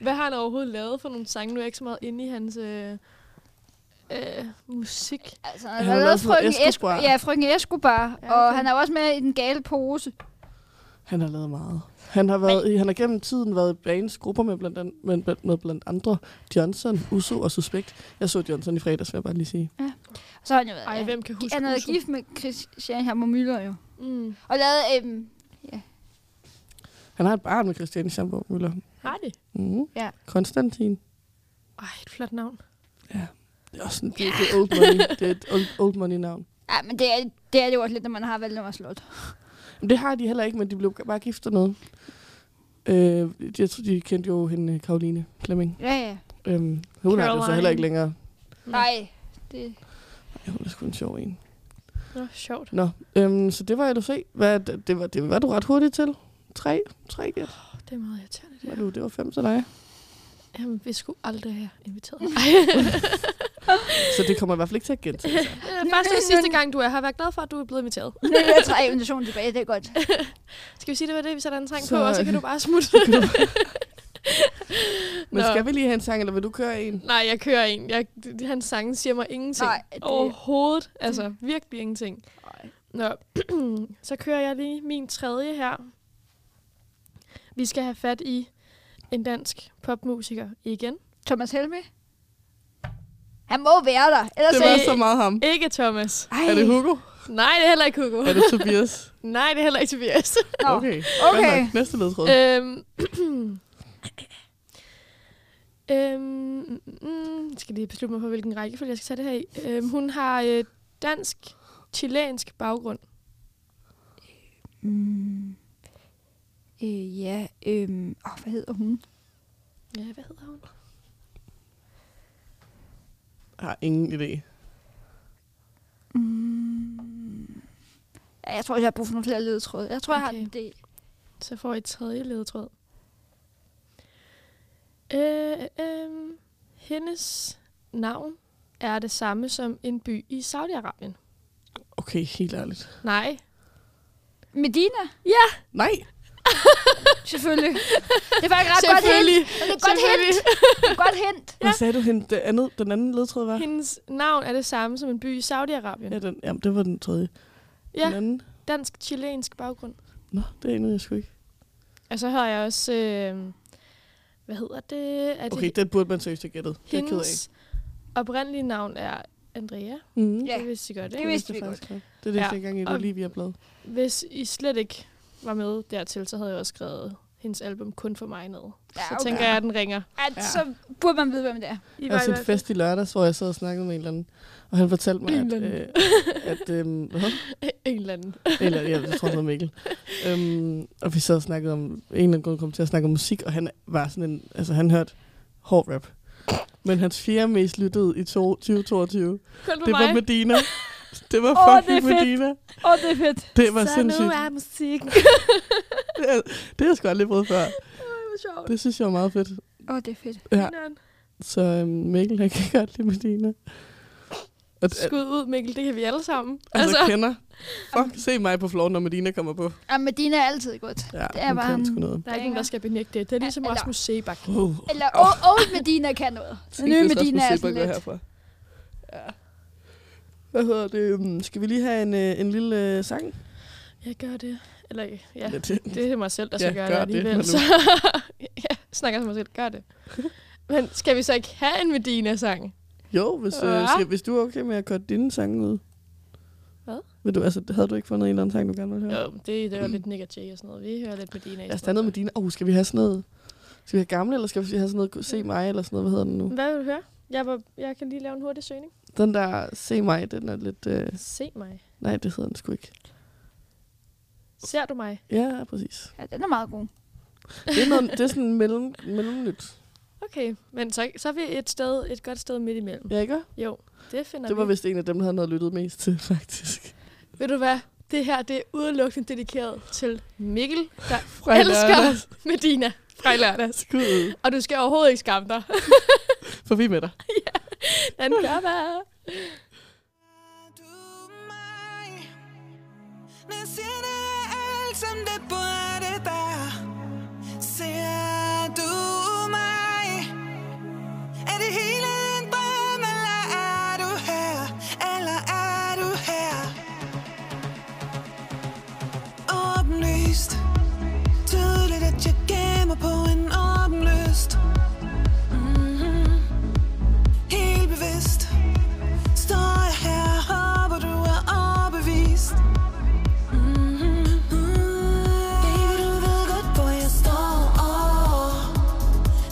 Speaker 4: Hvad har han overhovedet lavet for nogle sange? Nu er jeg ikke så meget inde i hans øh, øh, musik.
Speaker 2: Altså,
Speaker 3: Han
Speaker 2: han
Speaker 3: har
Speaker 2: har lavet
Speaker 3: lavet sådan noget
Speaker 2: frøken Escobar.
Speaker 3: Escobar.
Speaker 2: Ja, frøken Escobar. Ja,
Speaker 4: Ja,
Speaker 2: okay. Og
Speaker 4: okay.
Speaker 2: han er også med i den gale pose.
Speaker 3: Han har lavet meget. Han har, været, i- han har gennem tiden været i bands grupper med blandt, an, med, bl- med blandt andre Johnson, Uso og Suspekt. Jeg så Johnson i fredags, vil jeg bare lige sige.
Speaker 2: Og så har han jo været...
Speaker 4: Ej, hvem kan huske
Speaker 2: han har været
Speaker 4: Uso?
Speaker 2: gift med Christian Hammer Møller jo.
Speaker 4: Mm.
Speaker 2: Og lavet... Øhm,
Speaker 3: Han har et barn med Christiane Schamburg Møller.
Speaker 4: Har de?
Speaker 3: Mm.
Speaker 2: Ja.
Speaker 3: Konstantin.
Speaker 4: Ej, et flot navn.
Speaker 3: Det er også sådan, det, det er old money. Det er et old, old money navn.
Speaker 2: ja, men det er, det er det jo også lidt, når man har valgt nummer slot.
Speaker 3: Men det har de heller ikke, men de blev bare gift og noget. Øh, jeg tror, de kendte jo hende, Karoline Fleming.
Speaker 2: Ja, ja.
Speaker 3: Øhm, hun har det jo så
Speaker 4: Caroline.
Speaker 3: heller ikke længere.
Speaker 4: Mm.
Speaker 2: Nej, det...
Speaker 3: Ja, hun er sgu en sjov en.
Speaker 4: Nå, sjovt.
Speaker 3: Nå, øhm, så det var LOC. Hvad, det, det, var, det var du ret hurtigt til. Tre, tre gæt.
Speaker 4: Det er meget irriterende, det
Speaker 3: Var
Speaker 4: her.
Speaker 3: du, det var fem til dig.
Speaker 4: Jamen, vi skulle aldrig have inviteret.
Speaker 3: Så det kommer i hvert fald ikke til at gentage sig.
Speaker 4: Første og sidste gang, du er her. Vær glad for, at du er blevet inviteret.
Speaker 2: Nu er jeg trække invitationen tilbage, det er godt.
Speaker 4: Skal vi sige, det var det, vi sætter en sang
Speaker 3: Så-
Speaker 4: på, og så kan du bare smutte.
Speaker 3: Men
Speaker 4: Nå.
Speaker 3: skal vi lige have en sang, eller vil du køre en?
Speaker 4: Nej, jeg kører en. Jeg, det- det- hans sange siger mig ingenting.
Speaker 2: Nej, det-
Speaker 4: Overhovedet. Altså, virkelig ingenting.
Speaker 2: Nej.
Speaker 4: Nå, så kører jeg lige min tredje her. Vi skal have fat i en dansk popmusiker igen.
Speaker 2: Thomas Helme? Han må være der, ellers
Speaker 3: Det
Speaker 2: er
Speaker 3: var
Speaker 4: se-
Speaker 3: så meget ham.
Speaker 4: Ikke Thomas.
Speaker 2: Ej,
Speaker 3: Er det Hugo?
Speaker 4: Nej, det er heller ikke Hugo.
Speaker 3: Er det Tobias?
Speaker 4: Nej, det er heller ikke Tobias.
Speaker 2: Nå.
Speaker 3: Okay.
Speaker 2: Okay.
Speaker 3: Fair nok. Næste ledtråd.
Speaker 4: øhm, øhm, mm, jeg skal lige beslutte mig for, hvilken rækkefølge jeg skal tage det her i. Øhm, hun har øh, dansk, chilensk baggrund.
Speaker 2: Mm. Øh, ja, øhm, åh, hvad hedder hun?
Speaker 4: Ja, hvad hedder hun?
Speaker 3: Jeg har ingen idé.
Speaker 2: Mm. Ja, jeg tror, jeg har brug for nogle flere ledetråde. Jeg tror, okay. jeg har
Speaker 4: Okay.
Speaker 2: en del.
Speaker 4: Så får I et tredje ledetråd. Øh, øh, hendes navn er det samme som en by i Saudi-Arabien.
Speaker 3: Okay, helt ærligt.
Speaker 4: Nej.
Speaker 2: Medina,
Speaker 4: Ja,
Speaker 3: Nej,
Speaker 2: selvfølgelig. det var et ret godt hint.
Speaker 4: selvfølgelig.
Speaker 2: Det er et godt hint. Det er et godt hint.
Speaker 3: hvad sagde du hende? Det andet, den anden ledtråd var?
Speaker 4: Hendes navn er det samme som en by i Saudi-Arabien.
Speaker 3: Ja, den, jamen, det var den tredje. Den
Speaker 4: Ja,
Speaker 3: anden?
Speaker 4: dansk-chilensk baggrund.
Speaker 3: Nå, det anede jeg sgu ikke.
Speaker 4: Og så har jeg også... Øh, hvad hedder det? Er det
Speaker 3: Okay, den burde man seriøst have gættet. Det er jeg ked af.
Speaker 4: hendes oprindelige navn er Andrea.
Speaker 3: Mm.
Speaker 2: Ja,
Speaker 4: Det vidste I godt,
Speaker 2: det
Speaker 4: ikke?
Speaker 2: vidste vi
Speaker 3: faktisk
Speaker 2: godt.
Speaker 3: godt. Det er det,
Speaker 4: Ja,
Speaker 3: jeg gang i,
Speaker 4: og-
Speaker 3: det lige vi har bladet.
Speaker 4: Hvis I slet ikke var med dertil, så havde jeg også skrevet hendes album kun for mig ned.
Speaker 2: Ja,
Speaker 4: Så
Speaker 2: okay.
Speaker 4: tænker jeg, at den ringer.
Speaker 2: At, så burde man vide, hvem det er.
Speaker 4: I
Speaker 3: Jeg var til en fest i lørdags, hvor jeg sad og snakkede med en eller anden, og han fortalte mig,
Speaker 4: En
Speaker 3: at, øh,
Speaker 4: eller
Speaker 3: at øh, hvad?
Speaker 4: en eller anden.
Speaker 3: Eller, ja, jeg tror, det var Mikkel. Øhm, og vi sad og snakkede om, en eller anden grund kom til at snakke om musik, og han var sådan en, altså han hørte hård rap. Men hans fjerde mest lyttede i to- 2022,
Speaker 4: Kun for
Speaker 3: det
Speaker 4: mig.
Speaker 3: var Medina. Det var
Speaker 2: Åh, det er
Speaker 3: fucking
Speaker 2: fedt.
Speaker 3: Medina.
Speaker 2: Åh, oh, det er fedt.
Speaker 3: Det var
Speaker 4: så
Speaker 3: sindssygt.
Speaker 4: nu er musikken.
Speaker 3: Det, er, det har jeg sgu aldrig prøvet før.
Speaker 4: Det var sjovt.
Speaker 3: Det synes jeg var meget fedt.
Speaker 2: Åh, oh, det er fedt.
Speaker 3: Ja,
Speaker 4: Grineren.
Speaker 3: så øhm, Mikkel, han kan godt lide Medina. Og, d-
Speaker 4: Skud ud, Mikkel. Det kan vi alle sammen.
Speaker 3: altså, altså, kender. Fuck, se mig på floor, når Medina kommer på.
Speaker 2: Ja, Medina er altid godt.
Speaker 3: Ja,
Speaker 2: Det er
Speaker 3: hun
Speaker 2: bare
Speaker 3: kan
Speaker 2: en-
Speaker 3: sgu noget.
Speaker 4: der er ikke nogen, der skal benægte det. Det er ligesom
Speaker 2: Ja, eller-
Speaker 4: Rasmus Sebak.
Speaker 3: Uh,
Speaker 2: Eller oh. Old Medina kan noget. Den nye Medina er sådan lidt.
Speaker 3: herfra. Ja. Hvad hedder det? Mm, Skal vi lige have en, øh, en lille øh, sang?
Speaker 4: Jeg gør det. Eller ikke. Ja.
Speaker 3: Lidt.
Speaker 4: Det er mig selv, der skal
Speaker 3: Ja,
Speaker 4: ja, gøre
Speaker 3: gør
Speaker 4: det
Speaker 3: det,
Speaker 4: alligevel.
Speaker 3: men nu-
Speaker 4: så, ja, snakker jeg til mig selv. Gør det. Men skal vi så ikke have en Medina-sang?
Speaker 3: Jo, hvis, ja.
Speaker 4: Ja.
Speaker 3: øh, skal, hvis du er okay med at korte dine sange ud.
Speaker 4: Hvad?
Speaker 3: Vil du, altså, havde du ikke fundet en eller anden sang, du gerne ville høre?
Speaker 4: Jo, det, det var lidt Nick og Jay og sådan noget. Vi hører lidt Medina. i
Speaker 3: Lad os
Speaker 4: stedet
Speaker 3: tage noget med
Speaker 4: for.
Speaker 3: dine. Åh, oh, skal vi have sådan noget? Skal vi have gamle, eller skal vi have sådan noget Se mig, eller sådan noget? Hvad hedder den nu?
Speaker 4: Hvad vil du høre? Jeg, var, jeg kan lige lave en hurtig søgning.
Speaker 3: Den der Se mig, den er lidt... Øh...
Speaker 4: Se mig.
Speaker 3: Nej, det hedder den sgu ikke.
Speaker 4: Ser du mig?
Speaker 3: Ja, præcis.
Speaker 2: Ja, den er meget god.
Speaker 3: Det er, noget, det er sådan mellem, mellemnyt.
Speaker 4: Okay, men så, så er vi et sted, et godt sted midt imellem.
Speaker 3: Ja, ikke?
Speaker 4: Jo, det finder
Speaker 3: Det var
Speaker 4: vi.
Speaker 3: vist en af dem, der havde noget lyttet mest til, faktisk.
Speaker 4: Ved du hvad? Det her det er udelukkende dedikeret til Mikkel, der
Speaker 3: Fra i lørdags.
Speaker 4: elsker Medina fra i lørdags.
Speaker 3: Skud ud.
Speaker 4: Og du skal overhovedet ikke skamme dig.
Speaker 3: For vi er med dig.
Speaker 4: Den gør bare.
Speaker 7: Du mig Næsene alt som det burde være Ser du mig Er det hele en drøm Eller er du her Eller er du her Åbenlyst Tydeligt at jeg gemmer på en åben lyst Mhm. Helt bevidst Står jeg her, håber du er overbevist Mhm. Baby, du ved godt, hvor jeg står.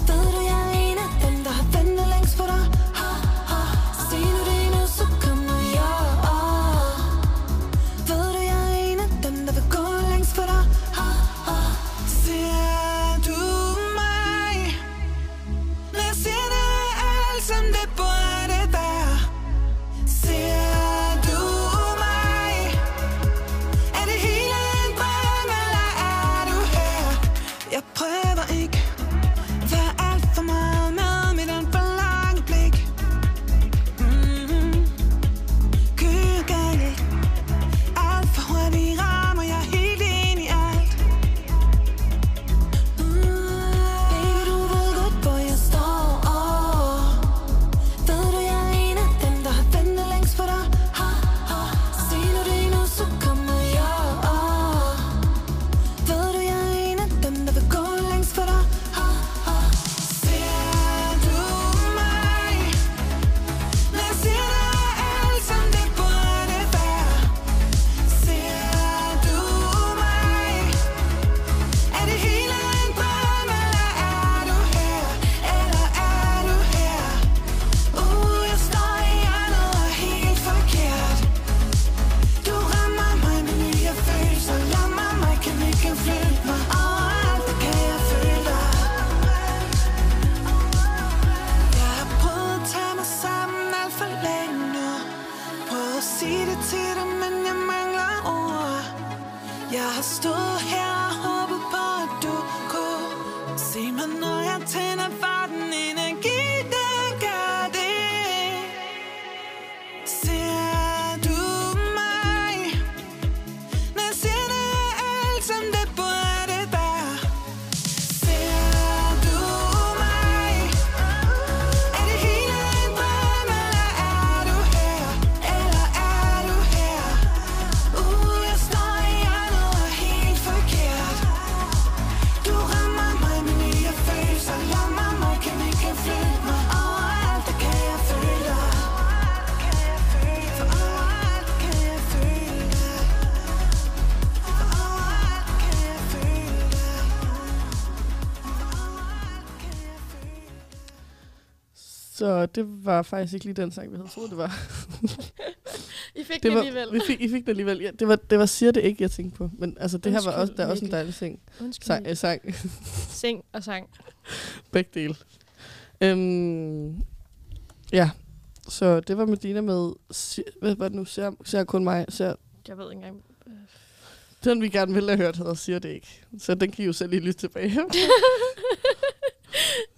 Speaker 7: Ved du, jeg er en af dem, der har ventet længst på dig. Ha, ha. Se nu, det er nu, så kom nu, ja. Ved du, jeg er en af dem, der vil gå længst for dig. Ha, ha. Ser du mig? Næsten er alt, som det burde være. Ser du mig? Er det hele en drøm, eller er du her? Jeg prøver ikke Vær alt for meget med mit alt for lange blik Mhm. Køregal. Alt for hurtigt rammer jeg helt ind i alt. Baby, du ved godt, hvor jeg står. Ved du, jeg er en af dem, der har ventet længst på dig. Ha, ha. Se nu, det er nu, så kommer jeg. Ved du, jeg er en af dem, der vil gå længst for dig. Ha, ha. Ser du mig? Når jeg siger dig alt, som det burde være. Ser du mig? Er det hele en drøm, eller er du her? Eller er du her? Uh, jeg står i hjernet og er helt forkert. Du rammer mig med nye følelser. Lammer mig, kan ikke flytte mig. Overalt kan jeg føle dig. Jeg har prøvet at tage mig sammen alt for længe nu. Prøvet at sige det til dig, men jeg mangler ord. Jeg har stået her og håbet på, at du kunne se mig, når jeg tænder farten. Energi, der gør det. Ser du mig? Når jeg siger, det er alt, som det burde være. Ser du mig? Er det hele en drøm, eller er du her? Eller er du her? Uh, jeg står i hjernet og er helt forkert. Du rammer mig med nye følelser. Lammer mig, kan ikke flytte mig. Overalt, der kan jeg føle dig. For overalt kan jeg føle dig. For overalt kan jeg føle dig. For overalt kan jeg føle dig.
Speaker 3: Så det var faktisk ikke lige den sang, vi havde troet, det var.
Speaker 4: I fik
Speaker 3: Det
Speaker 4: det, det
Speaker 3: var
Speaker 4: alligevel.
Speaker 3: Vi fik, I fik det alligevel. Ja, det, var, det var siger det ikke, jeg tænkte på. Men altså, det her var også,
Speaker 4: Undskyld, Mm.
Speaker 3: der er også en
Speaker 4: Mikkel.
Speaker 3: dejlig seng.
Speaker 4: Undskyld.
Speaker 3: Sang, øh, sang.
Speaker 4: Seng og sang.
Speaker 3: Begge dele. Øhm, ja, så det var Medina med, si- hvad var det nu, ser, ser kun mig, ser,
Speaker 4: Jeg ved ikke engang.
Speaker 3: den vi gerne ville have hørt, hedder siger det ikke. Så den kan I jo selv lige lytte tilbage.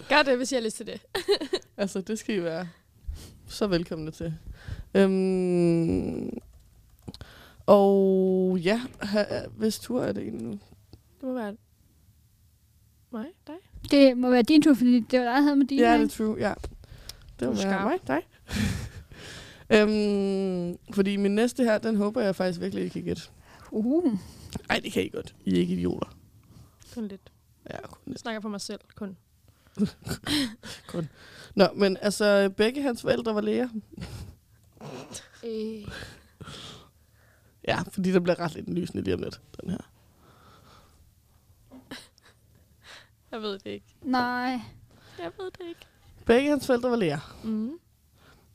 Speaker 4: Gør det, hvis I har lyst til det.
Speaker 3: altså, det skal I være så velkomne til. Øhm, og ja, ha, hvis tur er det egentlig nu?
Speaker 4: Det må være... Mig? Dig?
Speaker 2: Det må være din tur, fordi det var dig, der havde med din.
Speaker 3: Ja,
Speaker 2: ikke?
Speaker 3: det er true, ja. Det
Speaker 4: Du
Speaker 3: var
Speaker 4: er
Speaker 3: være
Speaker 4: skarp.
Speaker 3: mig, dig. øhm, fordi min næste her, den håber jeg faktisk virkelig ikke I kan gætte.
Speaker 2: Uh.
Speaker 3: Nej, det kan I godt. I er ikke idioter.
Speaker 4: Kun lidt.
Speaker 3: Ja, kun
Speaker 4: Jeg snakker for mig selv, kun.
Speaker 3: Kun. Nå, men altså, begge hans forældre var læger.
Speaker 4: Øh,
Speaker 3: Ja, fordi der bliver ret lidt lysende lige om lidt, den her.
Speaker 4: jeg ved det ikke.
Speaker 2: Nej.
Speaker 4: Jeg ved det ikke.
Speaker 3: Begge hans forældre var læger.
Speaker 4: Mm.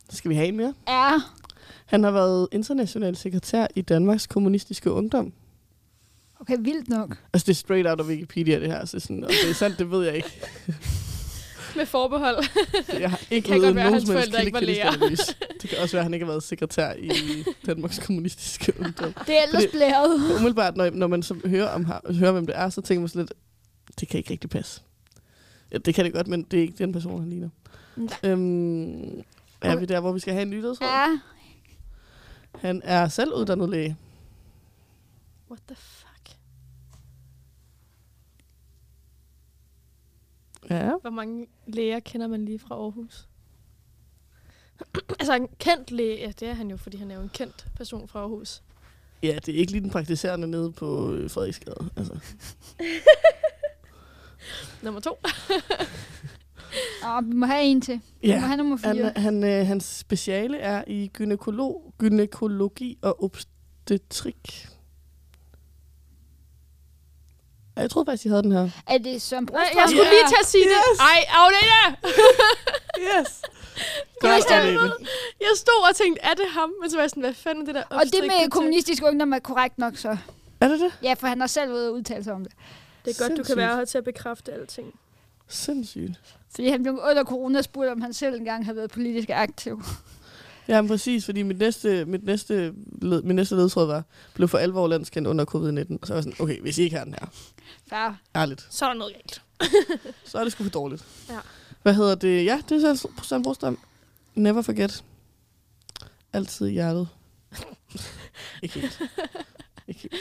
Speaker 3: Skal vi have en mere?
Speaker 2: Ja.
Speaker 3: Han har været international sekretær i Danmarks kommunistiske ungdom.
Speaker 2: Okay, vildt nok.
Speaker 3: Altså, det er straight out af Wikipedia, det her. Så sådan, og det er sandt, det ved jeg ikke.
Speaker 4: Med forbehold.
Speaker 3: Jeg har ikke
Speaker 4: kan godt
Speaker 3: lavet
Speaker 4: være,
Speaker 3: nogen
Speaker 4: hans
Speaker 3: som helst
Speaker 4: forældre ikke var
Speaker 3: kildekritisk
Speaker 4: læger.
Speaker 3: analyse. Det kan også være, at han ikke har været sekretær i Danmarks kommunistiske ungdom.
Speaker 2: Det er ellers
Speaker 3: Fordi-
Speaker 2: blæret.
Speaker 3: Umiddelbart, når, når man så hører, om, har- hører, hvem det er, så tænker man sådan lidt, det kan ikke rigtig passe. Ja, det kan det godt, men det er ikke den person, han ligner. Øhm, er vi der, hvor vi skal have en nyhedsråd?
Speaker 2: Ja.
Speaker 3: Han er selv uddannet læge.
Speaker 4: What the fuck?
Speaker 3: Ja.
Speaker 4: Hvor mange læger kender man lige fra Aarhus? altså en kendt læge, ja, det er han jo, fordi han er jo en kendt person fra Aarhus.
Speaker 3: Ja, det er ikke lige den praktiserende nede på øh, Frederiksgade. Altså.
Speaker 4: Nummer to.
Speaker 2: Og vi må have en til. Vi må
Speaker 3: Ja,
Speaker 2: have nummer fire.
Speaker 3: han, han, øh, hans speciale er i gynekolog, gynekologi og obstetrik. Ej, Jeg troede faktisk, I havde den her.
Speaker 2: Er det Søren
Speaker 4: Nej,
Speaker 2: Brostrøm?
Speaker 4: jeg skulle
Speaker 3: Ja.
Speaker 4: lige til at sige yes. det.
Speaker 3: Yes.
Speaker 4: Ej, Agneta!
Speaker 3: Yes!
Speaker 4: Godt,
Speaker 3: Godt,
Speaker 4: Agnete.
Speaker 3: Agnete.
Speaker 4: Jeg stod og tænkte, er det ham? Men så var jeg sådan, hvad fanden er det der
Speaker 2: Og det med
Speaker 4: obstriktet-
Speaker 2: kommunistisk ungdom er korrekt nok så.
Speaker 3: Er det det?
Speaker 2: Ja, for han har selv været ude og udtale sig om det.
Speaker 4: Det er godt, du kan
Speaker 3: Sindssygt.
Speaker 4: være her til at bekræfte alting.
Speaker 3: Sindssygt.
Speaker 2: Fordi han blev under corona spurgt, om han selv engang havde været politisk aktiv.
Speaker 3: Ja, men præcis, fordi mit næste, mit næste, led, min næste ledtråd var, blev for alvor landskendt under covid-19. Og så var jeg sådan, okay, hvis I ikke har den her,
Speaker 2: Færre.
Speaker 3: ærligt,
Speaker 4: Så er der noget galt.
Speaker 3: så er det sgu for dårligt.
Speaker 4: Ja.
Speaker 3: Hvad hedder det? Ja, det er Søren- Søren Brostrøm. Never forget. Altid i hjertet. Ikke helt. Ikke helt.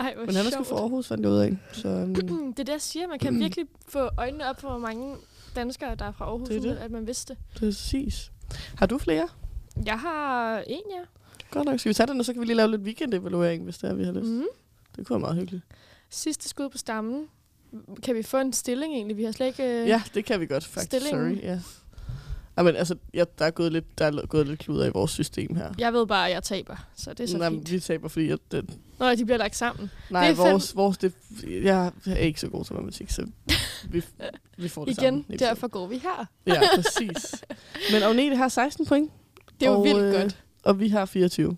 Speaker 4: Ej, hvor
Speaker 3: Men han er sgu
Speaker 4: sjovt.
Speaker 3: fra Aarhus, fandt jeg ud af. Så, um,
Speaker 4: Mm, Det er det, jeg siger. Man kan virkelig få øjnene op for, hvor mange danskere, der er fra Aarhus,
Speaker 3: Det er
Speaker 4: uden
Speaker 3: det.
Speaker 4: at man vidste det.
Speaker 3: præcis. Har du flere?
Speaker 4: Jeg har en, ja.
Speaker 3: Godt nok. Skal vi tage den, og så kan vi lige lave lidt weekendevaluering, hvis det er, vi har lyst. Mm.
Speaker 4: Mm.
Speaker 3: Det kunne være meget hyggeligt.
Speaker 4: Sidste skud på stammen. Kan vi få en stilling egentlig? Vi har slet ikke... øh,
Speaker 3: Ja, det kan vi godt, faktisk.
Speaker 4: Stillingen.
Speaker 3: Sorry, ja. Ej, men altså, ja, der er gået lidt, der er gået lidt kluder i vores system her.
Speaker 4: Jeg ved bare, at jeg taber, så det er så
Speaker 3: Nej,
Speaker 4: Nej,
Speaker 3: men
Speaker 4: fint.
Speaker 3: vi taber, fordi at, den,
Speaker 4: Nå, de bliver lagt sammen.
Speaker 3: Nej,
Speaker 4: Det er
Speaker 3: det vores, vores det, jeg er ikke så god til matematik, så vi, vi får det
Speaker 4: Igen,
Speaker 3: sammen.
Speaker 4: derfor går vi her.
Speaker 3: Ja, præcis. Men Agnete har 16 point,
Speaker 4: Det er jo
Speaker 3: Og,
Speaker 4: vildt
Speaker 3: øh,
Speaker 4: godt.
Speaker 3: og vi har 24.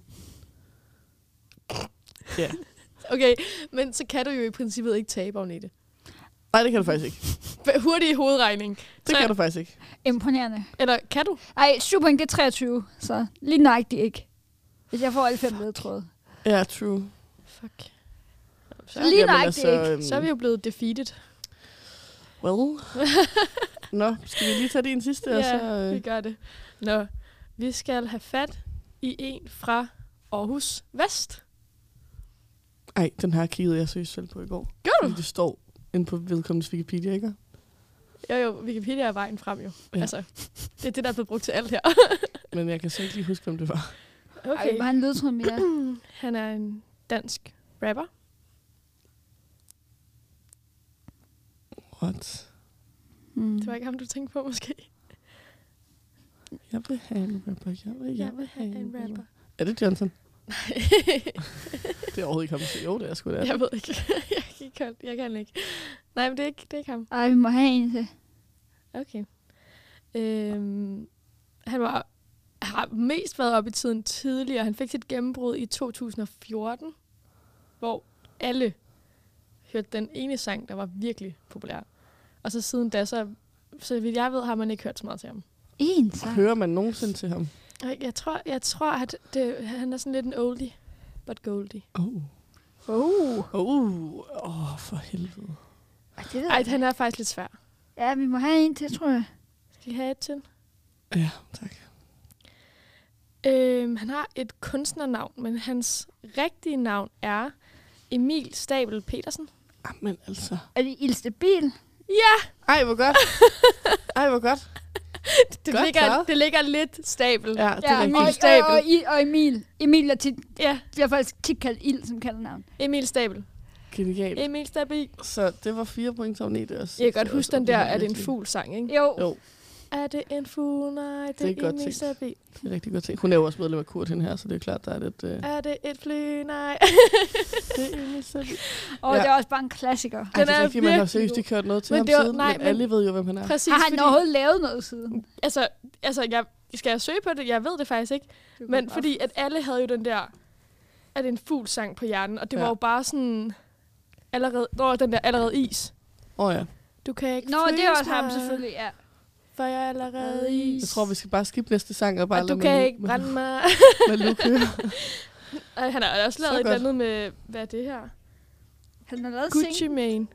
Speaker 3: Ja.
Speaker 4: Okay, men så kan du jo i princippet ikke tabe, Agnete.
Speaker 3: Nej, det kan du faktisk ikke.
Speaker 4: F- Hurtig hovedregning.
Speaker 3: Det
Speaker 4: Så-
Speaker 3: kan du faktisk ikke.
Speaker 2: Imponerende.
Speaker 4: Eller kan du?
Speaker 2: Ej, 7 point, det er 23, så lige nøjagtigt ikke. Hvis jeg får alle fem ledtråde.
Speaker 3: Ja, true.
Speaker 4: Fuck. Nå, Så,
Speaker 2: Så lige
Speaker 3: Jamen,
Speaker 2: nøjagtigt ikke.
Speaker 3: øhm,
Speaker 4: så er vi jo blevet defeated.
Speaker 3: Well. Nå, skal vi lige tage din sidste, og så...
Speaker 4: vi
Speaker 3: Øh,
Speaker 4: gør det. Nå, vi skal have fat i en fra Aarhus Vest.
Speaker 3: ej, den her kiggede jeg seriøst selv på i går.
Speaker 4: Gør
Speaker 3: Fordi det står inde på vedkommendes Wikipedia, ikke?
Speaker 4: Jo, jo, Wikipedia er vejen frem jo.
Speaker 3: Ja.
Speaker 4: Ja. Altså, det er det, der er blevet brugt til alt her.
Speaker 3: Men jeg kan så ikke lige huske, hvem det var.
Speaker 2: Okay. Ej, må han ledtråde mere.
Speaker 4: Han er en dansk rapper.
Speaker 3: What?
Speaker 2: Mm.
Speaker 4: Det var ikke ham, du tænkte på måske.
Speaker 3: Jeg vil have en rapper, jeg vil, jeg vil have en rapper. Er det Johnson? Det er overhovedet ikke ham. Jo, det er sgu da.
Speaker 4: jeg ved ikke. jeg, kan ikke holde, jeg kan ikke. Nej, men det er ikke, det er ikke ham.
Speaker 2: Mm. Ej, vi må have en til.
Speaker 4: Okay. Øhm, han var, har mest været op i tiden tidligere. Han fik sit gennembrud i 2014, hvor alle hørte den ene sang, der var virkelig populær. Og så siden da, så, så vidt jeg ved, har man ikke hørt så meget til ham.
Speaker 2: En sang.
Speaker 3: Hører man nogensinde til ham?
Speaker 4: Og Øh, Jeg tror, jeg tror at det, han er sådan lidt en oldie, but goldie.
Speaker 3: Oh.
Speaker 2: Oh.
Speaker 3: Oh, oh, for helvede.
Speaker 2: Ej, det ved
Speaker 4: Ej,
Speaker 2: jeg.
Speaker 4: han er faktisk lidt svær.
Speaker 2: Ja, vi må have en til, tror jeg.
Speaker 4: Skal I have et til?
Speaker 3: Ja, tak.
Speaker 4: Øhm, han har et kunstnernavn, men hans rigtige navn er Emil Stabel Petersen.
Speaker 3: Jamen altså.
Speaker 2: Er det Ildstabil?
Speaker 4: Ja,
Speaker 3: Ej, hvor godt. Ej, hvor godt.
Speaker 4: det,
Speaker 3: Godt
Speaker 4: ligger,
Speaker 3: klaret.
Speaker 4: det ligger lidt stabel.
Speaker 3: Ja, det er
Speaker 2: og,
Speaker 3: rigtigt.
Speaker 2: og, og, I- og, Emil. Emil er tit,
Speaker 4: ja,
Speaker 2: bliver faktisk tit kaldt Ild som kaldenavn.
Speaker 4: Emil Stabel.
Speaker 3: Genialt.
Speaker 4: Emil Stabi.
Speaker 3: Så det var fire point som det også.
Speaker 4: Jeg kan
Speaker 3: Det
Speaker 4: godt
Speaker 3: er
Speaker 4: huske
Speaker 3: også
Speaker 4: den der,
Speaker 3: okay,
Speaker 4: er det en
Speaker 3: virkelig.
Speaker 4: fugl sang, ikke?
Speaker 2: Jo.
Speaker 3: Jo,
Speaker 4: Er det en fugl? Nej, det,
Speaker 3: Det er
Speaker 4: det er
Speaker 3: godt
Speaker 4: Emil
Speaker 3: tænkt.
Speaker 4: Stabi.
Speaker 3: det er rigtig godt ting. Hun er jo også medlem af Kurt, hende her, så det er klart, der er lidt... Øh...
Speaker 4: Er det et fly? Nej.
Speaker 3: Det er Emil Sabi.
Speaker 2: Og
Speaker 3: Ja.
Speaker 2: det er også bare en klassiker.
Speaker 3: Ej, det
Speaker 4: Den
Speaker 3: er
Speaker 4: er
Speaker 3: rigtigt, man har
Speaker 4: virkelig
Speaker 3: seriøst
Speaker 4: god.
Speaker 3: ikke hørt noget til
Speaker 4: Men
Speaker 3: ham
Speaker 4: det var-
Speaker 3: siden,
Speaker 4: nej,
Speaker 3: men
Speaker 4: men-
Speaker 3: alle ved jo, hvem han er.
Speaker 4: Præcis,
Speaker 2: Har han overhovedet lavet noget siden?
Speaker 4: altså, altså jeg, skal jeg søge på det? Jeg ved det faktisk ikke. Men fordi, at alle havde jo den der, er det en fugl sang på hjernen, og det
Speaker 3: Ja.
Speaker 4: var jo bare sådan, allerede, der var den der allerede is.
Speaker 3: Åh oh, ja,
Speaker 4: Du kan ikke
Speaker 2: Nå, det er
Speaker 4: fryse
Speaker 2: også ham
Speaker 4: mig,
Speaker 2: selvfølgelig, ja.
Speaker 4: For jeg er allerede is.
Speaker 3: jeg tror, vi skal bare skippe næste sang og bare
Speaker 4: og du kan ikke
Speaker 3: med,
Speaker 4: brænde mig.
Speaker 3: med Luke høre.
Speaker 4: Og han har også
Speaker 3: Så
Speaker 4: lavet et
Speaker 3: godt.
Speaker 4: eller andet med, hvad er det her?
Speaker 2: Han har lavet
Speaker 4: Gucci
Speaker 2: sing.
Speaker 4: Mane.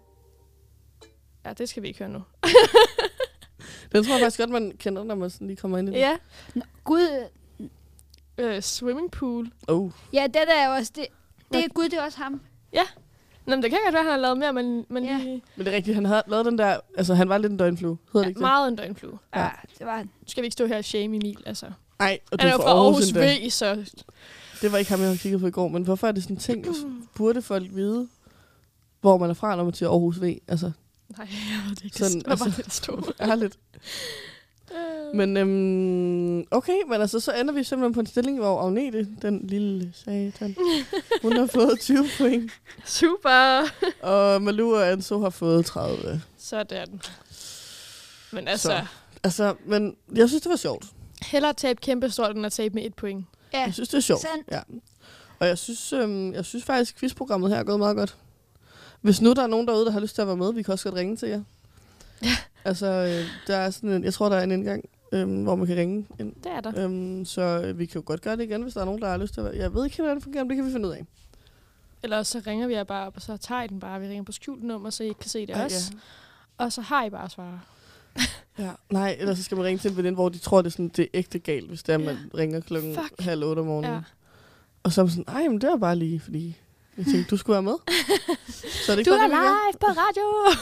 Speaker 4: Ja, det skal vi ikke høre nu.
Speaker 3: Den tror jeg faktisk godt, man kender, når man sådan lige kommer ind i det.
Speaker 4: Ja,
Speaker 2: Gud,
Speaker 4: øh, Swimming Pool.
Speaker 3: Oh,
Speaker 2: ja, den er jo også det. Det er Gud, det er også ham.
Speaker 4: Nå, men det kan godt være, han har lavet mere, men, men
Speaker 2: Ja.
Speaker 4: lige
Speaker 3: men det er rigtigt, han havde lavet den der... Altså, han var lidt en døgnflue, hedder det
Speaker 4: ja,
Speaker 3: ikke det?
Speaker 4: meget en døgnflue.
Speaker 3: Ja.
Speaker 2: Ja, det var han.
Speaker 4: Nu skal vi ikke stå her og shame Emil, altså. Han
Speaker 3: Nej, og du
Speaker 4: er jo
Speaker 3: er
Speaker 4: fra Aarhus
Speaker 3: endda.
Speaker 4: V, så
Speaker 3: Det var ikke ham, jeg havde kigget på i går, men hvorfor er det sådan en ting, burde folk vide, hvor man er fra, når man siger Aarhus V? Altså,
Speaker 4: Nej, jeg ved det ikke.
Speaker 3: Sådan,
Speaker 4: Sådan, det var bare
Speaker 3: altså.
Speaker 4: lidt stort.
Speaker 3: ærligt.
Speaker 4: Øh.
Speaker 3: Men øhm, okay, men altså, så ender vi simpelthen på en stilling, hvor Agnete, den lille satan, hun har fået 20 point,
Speaker 4: Super.
Speaker 3: og Malou og Anso har fået 30.
Speaker 4: Sådan. Men altså, så.
Speaker 3: Altså, men jeg synes, det var sjovt.
Speaker 4: hellere tabe kæmpe stort, end at tabe med et point.
Speaker 2: Ja,
Speaker 3: Jeg synes, det er sjovt.
Speaker 2: sandt.
Speaker 3: Ja. Og jeg synes, øhm, jeg synes faktisk, at quizprogrammet her er gået meget godt. Hvis nu der er nogen derude, der har lyst til at være med, vi kan også godt ringe til jer. Ja. Altså, øh, der er sådan en, jeg tror, der er en indgang, øhm, hvor man kan ringe ind.
Speaker 4: Det er der.
Speaker 3: Øhm, så øh, vi kan jo godt gøre det igen, hvis der er nogen, der har lyst til at være. Jeg ved ikke, helt, hvordan det fungerer, men det kan vi finde ud af.
Speaker 4: Ellers så ringer vi jer bare op, og så tager I den bare. Vi ringer på skjult nummer, så I ikke kan se det
Speaker 3: Ej,
Speaker 4: også. Og så har I bare at svare.
Speaker 3: Ja. Nej, ellers så skal man ringe til en veninde, hvor de tror, det er, sådan, det er ægte galt, hvis det er, man ringer klokken
Speaker 4: Fuck.
Speaker 3: halv otte om morgenen.
Speaker 4: Ja.
Speaker 3: Og så er man sådan, nej, men det var bare lige, fordi jeg tænkte, du skulle være med. så er det ikke bare, det, vi gør.
Speaker 4: på radio!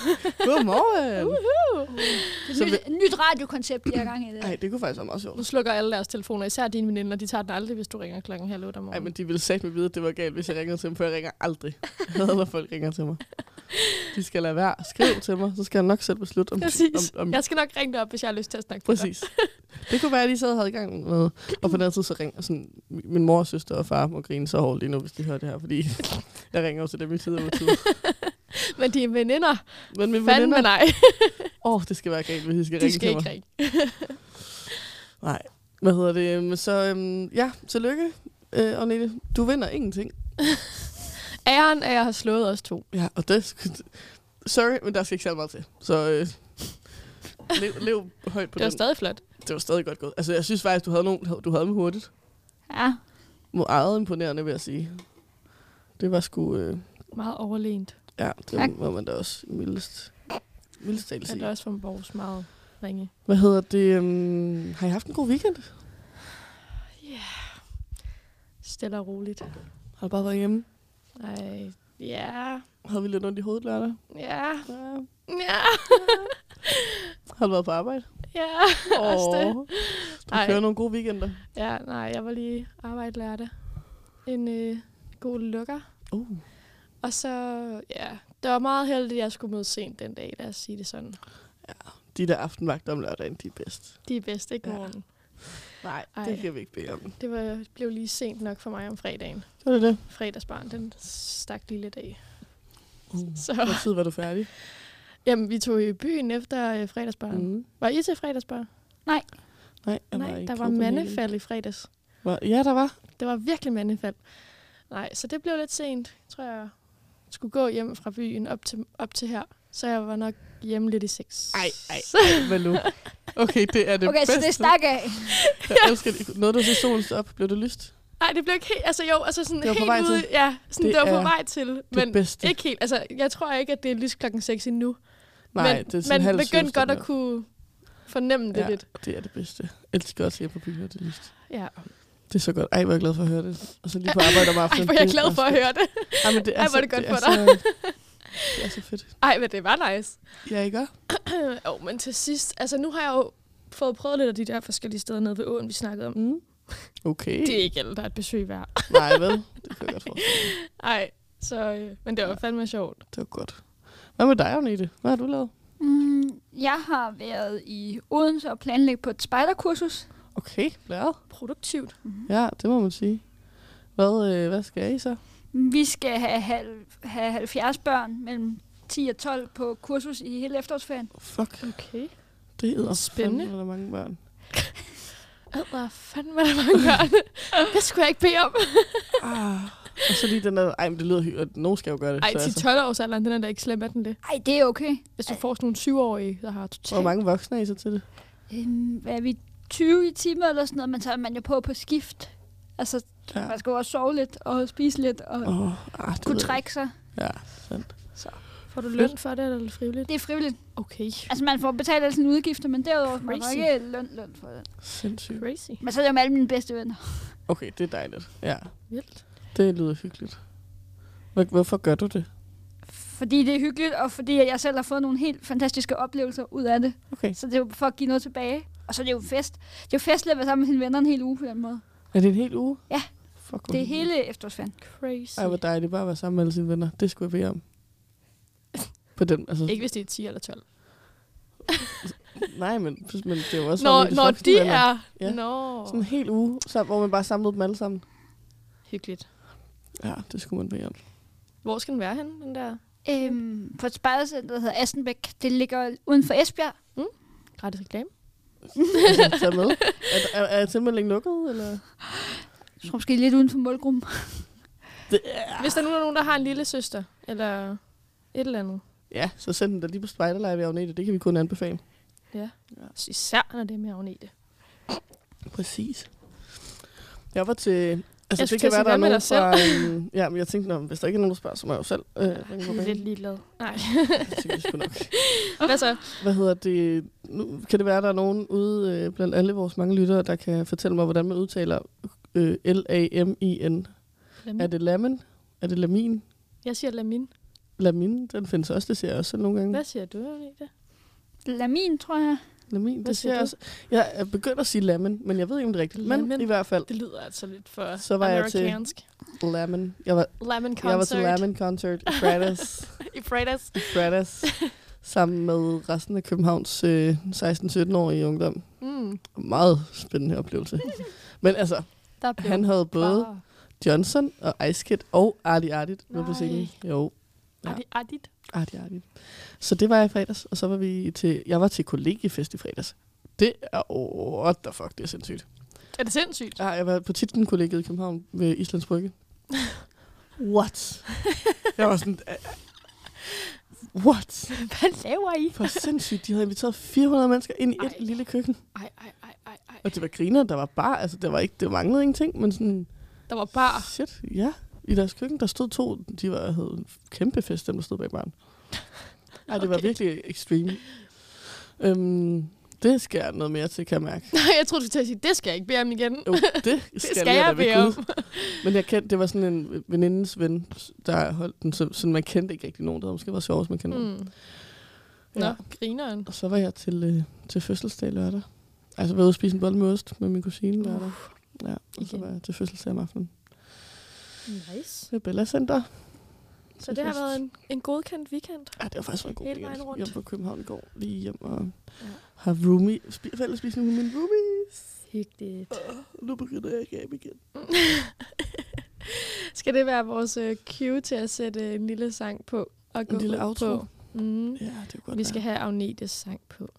Speaker 3: Godmorgen.
Speaker 2: Det er
Speaker 3: Så
Speaker 2: et nyt, nyt radiokoncept, de har gang i det.
Speaker 3: Nej, det kunne faktisk være meget sjovt.
Speaker 4: Nu slukker alle deres telefoner, især dine veninder. De tager den aldrig, hvis du ringer klokken halv otte om
Speaker 3: Nej, men
Speaker 4: morgenen.
Speaker 3: de ville sagt mig vide, at det var galt, hvis jeg ringede til dem, for jeg ringer aldrig. Jeg hader, når folk ringer til mig. De skal lade være. Skriv til mig, så skal jeg nok selv beslutte om...
Speaker 4: Præcis.
Speaker 3: Om, om,
Speaker 4: Jeg skal nok ringe dig op, hvis jeg har lyst til at snakke med dig.
Speaker 3: præcis. Det kunne være, at de sad og havde i gang med noget. Og på den anden side, så ringer sådan, min mor, søster og far må grine så hårdt lige nu, hvis de hører det her, fordi jeg ringer jo til dem i tid og tid.
Speaker 4: Men dine veninder,
Speaker 3: Men min
Speaker 4: fandme
Speaker 3: veninder,
Speaker 4: nej.
Speaker 3: åh, oh, det skal være galt, hvis de skal
Speaker 4: De
Speaker 3: ringe
Speaker 4: skal
Speaker 3: til mig.
Speaker 4: ikke ringe.
Speaker 3: Nej. Hvad hedder det? Øhm, Så øhm, ja, tillykke, øh, Agnete. Du vinder ingenting.
Speaker 4: Æren af, at jeg har slået os to.
Speaker 3: Ja, og det... Sorry, men der skal ikke særlig meget til. Så øh, lev, lev højt på
Speaker 4: Det var
Speaker 3: den.
Speaker 4: stadig flot.
Speaker 3: det var stadig godt gået. Altså, jeg synes faktisk, du havde, nogen, du havde dem hurtigt.
Speaker 2: Ja.
Speaker 3: Mod eget imponerende, vil jeg sige. Det var sgu... Øh,
Speaker 4: Meget overlænt.
Speaker 3: ja, det
Speaker 2: Tak.
Speaker 3: var man da også mildest. Mildest talt
Speaker 4: Men det er
Speaker 3: sige.
Speaker 4: også for vores meget ringe.
Speaker 3: Hvad hedder det? Um, har I haft en god weekend?
Speaker 4: Stille og roligt.
Speaker 3: Har du bare været hjemme?
Speaker 4: Ej, ja,
Speaker 3: Havde vi lidt ondt i hovedet lørdag?
Speaker 4: ja,
Speaker 3: Ja.
Speaker 4: ja,
Speaker 3: Har du været på arbejde?
Speaker 4: ja. Også det.
Speaker 3: Åh, du
Speaker 4: Ej.
Speaker 3: kører nogle gode weekender.
Speaker 4: Ja, nej, jeg var lige arbejde lørdag. En øh, god lukker.
Speaker 3: Uh.
Speaker 4: Og så, ja, det var meget heldigt, at jeg skulle møde sent den dag, lad os sige det sådan.
Speaker 3: De der aftenvagter om lørdagen, de er bedst.
Speaker 4: De er bedst, ikke
Speaker 3: Ja.
Speaker 4: morgen.
Speaker 3: Nej, Ej.
Speaker 4: Ej.
Speaker 3: det kan vi ikke bede om.
Speaker 4: Det var, blev lige sent nok for mig om fredagen.
Speaker 3: Så er det det.
Speaker 4: Fredagsbarn, den stak lige lidt af.
Speaker 3: Uh.
Speaker 4: Så,
Speaker 3: Hvor tid var du færdig?
Speaker 4: jamen, vi tog i byen efter øh, fredagsbarn. Mm. Var I til fredagsbarn?
Speaker 3: Nej, jeg
Speaker 4: Nej,
Speaker 3: var i
Speaker 4: der var
Speaker 3: Copenhagen.
Speaker 4: mandefald i fredags.
Speaker 3: Var- Ja, der var.
Speaker 4: Det var virkelig mandefald. Nej, så det blev lidt sent. Jeg tror, jeg skulle gå hjem fra byen op til, op til her. Så jeg var nok hjemme lidt i seks.
Speaker 3: Ej, ej, ej, Malu. Okay, det er det
Speaker 2: Okay, så
Speaker 3: bedste.
Speaker 2: det er stak af.
Speaker 3: Jeg elsker det. Noget, du så solen stå op, blev det lyst. Det
Speaker 4: Nej, det blev ikke helt... Altså jo, altså sådan
Speaker 3: Det var på
Speaker 4: helt
Speaker 3: vej
Speaker 4: ude.
Speaker 3: til.
Speaker 4: Ja, sådan,
Speaker 3: Det
Speaker 4: det, det var
Speaker 3: er
Speaker 4: på vej til.
Speaker 3: men
Speaker 4: Men
Speaker 3: bedste.
Speaker 4: ikke helt. Altså, jeg tror ikke, at det er lys klokken 6 endnu.
Speaker 3: Nej,
Speaker 4: men
Speaker 3: det er sådan
Speaker 4: man
Speaker 3: halv syv,
Speaker 4: begyndte godt
Speaker 3: sådan
Speaker 4: at kunne fornemme det
Speaker 3: Ja.
Speaker 4: ja. lidt.
Speaker 3: noget. Det er det bedste. Jeg elsker også hjemme på byen, når det er lyst.
Speaker 4: Ja.
Speaker 3: Det er så godt. Ej, hvor er jeg glad for at høre det. Og så lige på arbejde om
Speaker 4: Ej,
Speaker 3: aftenen.
Speaker 4: hvor er jeg
Speaker 3: Det
Speaker 4: glad for at høre det.
Speaker 3: Ej, men det er
Speaker 4: Ej,
Speaker 3: så,
Speaker 4: hvor er det godt
Speaker 3: det er
Speaker 4: for dig.
Speaker 3: Så, det er så fedt.
Speaker 4: Ej, men det var nice.
Speaker 3: Ja, ikke? også?
Speaker 4: jo, men til sidst... Altså, nu har jeg jo fået prøvet lidt af de der forskellige steder nede ved åen, vi snakkede om.
Speaker 3: Mm. Okay.
Speaker 4: Det er ikke alle, der er et besøg værd.
Speaker 3: Nej, vel? Det kan jeg godt forstå.
Speaker 4: Ej, Så, øh, men det var fandme sjovt.
Speaker 3: Det var godt. Hvad med dig, Agnete? Hvad har du lavet?
Speaker 2: Mm, jeg har været i Odense og planlagt på et spejderkursus.
Speaker 3: Okay, blæret.
Speaker 4: Produktivt.
Speaker 3: Ja, det må man sige. Hvad, øh, hvad skal I så?
Speaker 2: Vi skal have, halv, have 70 børn mellem 10 og 12 på kursus i hele efterårsferien.
Speaker 3: Fuck,
Speaker 4: Okay.
Speaker 3: det hedder
Speaker 4: Spændende.
Speaker 3: Der er mange børn.
Speaker 4: Adler, fandme er der mange børn. det skulle jeg ikke bede om.
Speaker 3: Ah. Og så lige den der, ej, men det lyder hyggeligt. Nogen skal jo gøre det.
Speaker 4: Ej,
Speaker 3: så altså.
Speaker 4: 10-12 års alderen, den er da ikke slem af den det.
Speaker 2: Ej, det er okay.
Speaker 4: Hvis du får sådan nogle 20-årige, der har totalt...
Speaker 3: Hvor mange voksne er I så til det?
Speaker 2: Øhm, hvad er vi? 20 i timer eller sådan noget, men så er man jo på på skift. Altså,
Speaker 3: Ja.
Speaker 2: man skal jo også sove lidt og spise lidt og
Speaker 3: Åh, oh, ah, det ved
Speaker 2: kunne
Speaker 3: jeg
Speaker 2: trække sig.
Speaker 3: ikke. Ja, sandt.
Speaker 4: Får du løn for det, eller er det frivilligt?
Speaker 2: Det er frivilligt.
Speaker 4: Okay.
Speaker 2: Altså, man får betalt alle sine udgifter, men derudover får man får
Speaker 4: Crazy.
Speaker 2: ikke løn, løn for det.
Speaker 3: Sindssygt.
Speaker 4: Crazy.
Speaker 2: Men så er det jo med alle mine bedste venner.
Speaker 3: Okay, det er dejligt. Ja,
Speaker 4: Vildt.
Speaker 3: det lyder hyggeligt. Hvor- Hvorfor gør du det?
Speaker 2: Fordi det er hyggeligt, og fordi jeg selv har fået nogle helt fantastiske oplevelser ud af det.
Speaker 3: Okay.
Speaker 2: Så det er jo for at give noget tilbage. Og så er det jo fest. Det er jo festligt at være sammen med sine venner en hel uge på den måde.
Speaker 3: Er det en hel uge?
Speaker 2: Ja.
Speaker 3: Fuck, hvor
Speaker 2: Det er
Speaker 3: hyggeligt.
Speaker 2: hele efterårsferien.
Speaker 4: Crazy.
Speaker 3: Ej, hvor dejligt bare at være sammen med alle sine venner. Det skulle jeg bede om. På den, altså,
Speaker 4: Ikke hvis det er 10 eller 12.
Speaker 3: nej, men, men det er jo også
Speaker 4: Når,
Speaker 3: bare virkelig
Speaker 4: når
Speaker 3: voksne
Speaker 4: de
Speaker 3: venner.
Speaker 4: er...
Speaker 3: Ja.
Speaker 4: Ja. Nå.
Speaker 3: Sådan en hel uge, så, hvor man bare samlede dem alle sammen.
Speaker 4: Hyggeligt.
Speaker 3: Ja, det skulle man bede om.
Speaker 4: Hvor skal den være henne, den der?
Speaker 2: Øhm, på et spejdercenter, der hedder Astenbæk. Det ligger uden for Esbjerg.
Speaker 4: Gratis reklame.
Speaker 3: Altså, tage med. Er, er, er simpelthen lukket, eller?
Speaker 2: Jeg tror måske lidt uden for målgruppen.
Speaker 3: Det, ja.
Speaker 4: Hvis der nu er nogen, der har en lille søster, eller et eller andet.
Speaker 3: ja, så send den da lige på spejderlejr ved Agnete. Det kan vi kun anbefale.
Speaker 4: Så Især når det er med Agnete.
Speaker 3: Præcis. Jeg var til... Altså, det
Speaker 4: Jeg skulle
Speaker 3: kan
Speaker 4: til
Speaker 3: være,
Speaker 4: at sige,
Speaker 3: der er
Speaker 4: hvad
Speaker 3: nogen
Speaker 4: med
Speaker 3: fra... Øhm, ja, men jeg tænkte, nå, men hvis der ikke er nogen, der spørger, så må jeg jo selv øh, ringe på
Speaker 4: Jeg er lidt
Speaker 3: banen.
Speaker 4: ligeglad. Nej.
Speaker 3: Det tænkte jeg sgu nok.
Speaker 4: Hvad så?
Speaker 3: Hvad hedder det? Nu kan det være, at der er nogen ude øh, blandt alle vores mange lyttere, der kan fortælle mig, hvordan man udtaler øh, L-A-M-I-N. Er det lamin? Er det lamin?
Speaker 4: Jeg siger Lamin.
Speaker 3: Lamin, den findes også, det ser jeg også selv nogle gange.
Speaker 4: Hvad siger du, Agnete?
Speaker 2: Lamin, tror jeg.
Speaker 3: Lamin,
Speaker 4: Hvad
Speaker 3: det siger
Speaker 4: siger
Speaker 3: jeg
Speaker 4: du?
Speaker 3: også. Jeg er begyndt at sige lamin, men jeg ved ikke, om det er rigtigt. Men
Speaker 4: Lamin.
Speaker 3: i hvert fald,
Speaker 4: Det lyder altså lidt for
Speaker 3: Så var jeg til-
Speaker 4: amerikansk.
Speaker 3: lamin. Jeg var,
Speaker 4: Lemon concert
Speaker 3: jeg var til lamin concert i fredags,
Speaker 4: i fredags.
Speaker 3: i fredags sammen med resten af Københavns øh, 16-17-årige ungdom.
Speaker 4: Mm,
Speaker 3: Meget spændende oplevelse. Men altså,
Speaker 4: der blev
Speaker 3: han havde både
Speaker 4: bare-
Speaker 3: Johnson og Ice Kid og Artie Artit med på
Speaker 4: Nej.
Speaker 3: scenen. Jo, Ja.
Speaker 4: Er det er dit?
Speaker 3: Artie Artit. Så det var jeg i fredags, og så var vi til, jeg var til kollegiefest i fredags. Det er, oh, what the fuck, det er sindssygt.
Speaker 4: Er det sindssygt?
Speaker 3: Ja, jeg var på titlen kollegiet i København ved Islands Brygge. What? Jeg var sådan, øh, what?
Speaker 4: Hvad laver I?
Speaker 3: For sindssygt, de havde inviteret 400 mennesker ind i et
Speaker 4: Ej.
Speaker 3: lille køkken.
Speaker 4: Ej, ej, ej, ej, ej.
Speaker 3: Og det var griner, der var bare, altså der var ikke, det manglede ingenting, men sådan,
Speaker 4: Der var bar.
Speaker 3: Shit, ja. I deres køkken, der stod to, de var, havde en kæmpe fest, dem der stod bag baren. Ej, det okay. var virkelig ekstrem. Øhm, det skal jeg noget mere til, kan jeg mærke.
Speaker 4: Nej, jeg troede, du skulle til at sige, det skal jeg ikke bede om igen.
Speaker 3: Jo, det skal,
Speaker 4: skal
Speaker 3: jeg,
Speaker 4: jeg
Speaker 3: da ved
Speaker 4: bede om.
Speaker 3: Gud. Men jeg kendte, det var sådan en venindens ven, der holdt den, så, sådan man kendte ikke rigtig nogen. Det havde måske været sjovt, hvis man kendte mm. nogen.
Speaker 4: Mm. Nå,
Speaker 3: Ja.
Speaker 4: grineren.
Speaker 3: Og så var jeg til, øh, til fødselsdag lørdag. Altså, jeg var ude at spise en bolle med ost med min kusine lørdag. Ja, og så
Speaker 4: igen.
Speaker 3: var jeg til fødselsdag om aftenen.
Speaker 4: Nice.
Speaker 3: Det er Bella Center.
Speaker 4: Så det har været en, en godkendt weekend.
Speaker 3: Ja, det var faktisk en god
Speaker 4: Hele
Speaker 3: weekend.
Speaker 4: vejen rundt.
Speaker 3: Jeg var på København i går lige hjem og
Speaker 4: Ja.
Speaker 3: har roomie, spi- fælles spisning med min roomies.
Speaker 4: Hyggeligt.
Speaker 3: Og nu begynder jeg ikke af igen.
Speaker 4: Skal det være vores øh, cue til at sætte øh, en lille sang på? Og gå
Speaker 3: En lille
Speaker 4: ud
Speaker 3: outro.
Speaker 4: På? Mm.
Speaker 3: Ja, det er godt.
Speaker 4: Vi skal
Speaker 3: være.
Speaker 4: have Agnetes sang på.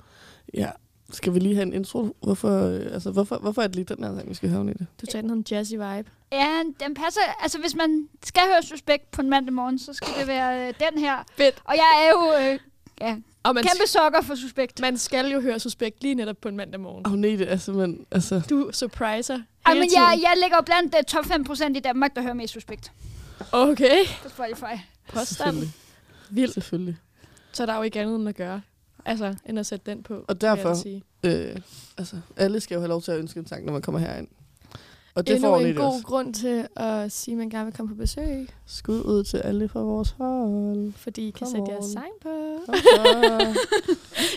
Speaker 3: Ja. Skal vi lige have en intro? Hvorfor, øh, altså, hvorfor, hvorfor er det lige den her sang, vi skal høre om i det?
Speaker 4: Du sagde, den havde en jazzy vibe.
Speaker 2: Ja, den passer. Altså, hvis man skal høre Suspekt på en mandag morgen, så skal det være øh, den her.
Speaker 4: Fedt.
Speaker 2: Og jeg er jo øh,
Speaker 4: Og man,
Speaker 2: kæmpe sokker for Suspekt.
Speaker 4: man skal jo høre Suspekt lige netop på en mandag morgen.
Speaker 3: Agnete er simpelthen, altså,
Speaker 4: Du surpriser hele
Speaker 2: Ej, men jeg,
Speaker 4: tiden.
Speaker 2: jeg ligger jo blandt uh, top 5% i Danmark, der hører mest Suspekt
Speaker 4: Okay.
Speaker 2: på Spotify.
Speaker 4: Påstand.
Speaker 3: selvfølgelig.
Speaker 4: Vildt.
Speaker 3: selvfølgelig.
Speaker 4: Så er der jo ikke andet end at gøre. Altså, end at sætte den på.
Speaker 3: Og
Speaker 4: vil jeg
Speaker 3: derfor-
Speaker 4: da sige.
Speaker 3: Øh, altså, alle skal jo have lov til at ønske en sang, når man kommer herind. Og det
Speaker 4: Endnu
Speaker 3: får
Speaker 4: en
Speaker 3: Agnete
Speaker 4: god
Speaker 3: også.
Speaker 4: grund til at sige, at man gerne vil komme på besøg.
Speaker 3: Skud ud til alle fra vores hold.
Speaker 4: Fordi I kan
Speaker 3: Come
Speaker 4: sætte jeres
Speaker 3: on.
Speaker 4: sang på.
Speaker 3: Kom så.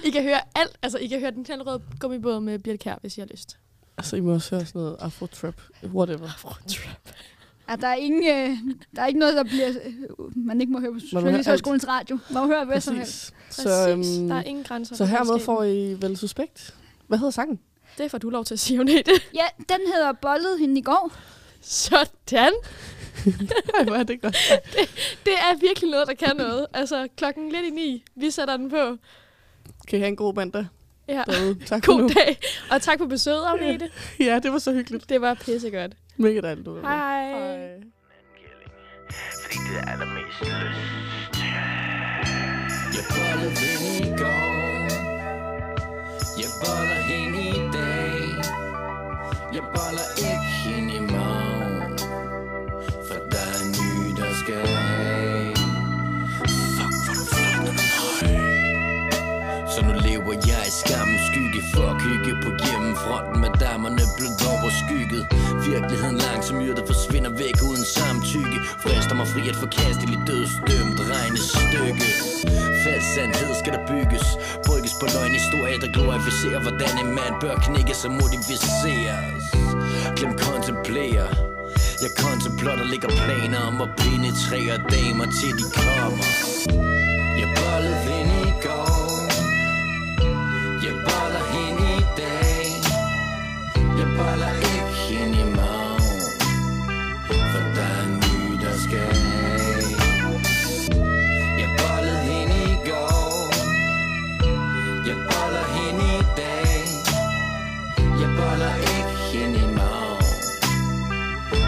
Speaker 4: I kan høre alt. Altså, I kan høre den knaldrøde gummibåd med Birte Kær, hvis I har lyst.
Speaker 3: altså, I må også høre sådan noget afro-trap. Whatever.
Speaker 4: Afro-trap.
Speaker 2: Ja, der, er ingen, øh, der er ikke noget, der bliver, øh, man ikke må høre på
Speaker 3: hører
Speaker 2: Sønderhedshøjskolens radio. Man må høre hvad som helst.
Speaker 3: Præcis.
Speaker 4: Præcis.
Speaker 3: Så, øhm,
Speaker 4: der er ingen grænser.
Speaker 3: så
Speaker 4: for
Speaker 3: hermed
Speaker 4: videnskaben.
Speaker 3: får I vel suspekt. Hvad hedder sangen?
Speaker 4: Det får du lov til at sige, Agnete.
Speaker 2: Ja, den hedder Bollet hende i går.
Speaker 4: Sådan.
Speaker 3: Ej, hvor er det godt.
Speaker 4: Det er virkelig noget, der kan noget. Altså, klokken lidt i ni. Vi sætter den på.
Speaker 3: Kan I have en god mandag
Speaker 4: Ja.
Speaker 3: derude. Tak for
Speaker 4: God
Speaker 3: nu.
Speaker 4: dag. Og tak for besøget, Agnete.
Speaker 3: Ja, det var så hyggeligt.
Speaker 4: Det var pissegodt.
Speaker 3: Mega dejligt. du var med.
Speaker 4: Hej.
Speaker 3: Hej.
Speaker 8: Fordi det er allermest lyst.
Speaker 9: Jeg boller hende i går Jeg boller hende i dag Jeg boller ikke hende i morgen For der er en ny, der skal have Fuck, hvor er du flot, når du er høj. så nu lever jeg i skammen skygge For at kigge på hjemmefronten Med damerne blødt over skygget Virkeligheden langsomt forsvinder væk uden samtykke Frister mig fri at forkasteligt dødsdømt regnes stykke Fælles sandhed skal der bygges Brygges på løgn historie der glorificerer Hvordan en mand bør knækkes og modificeres Glem kontemplere Jeg kontemplotter ligger planer om at penetrere damer til de kommer Jeg bollede hende i går Jeg boller hende i dag Jeg boller ikke hende i morgen For der er en ny der skal af jeg bollede hende i går Jeg boller hende i dag Jeg boller ikke hende i morgen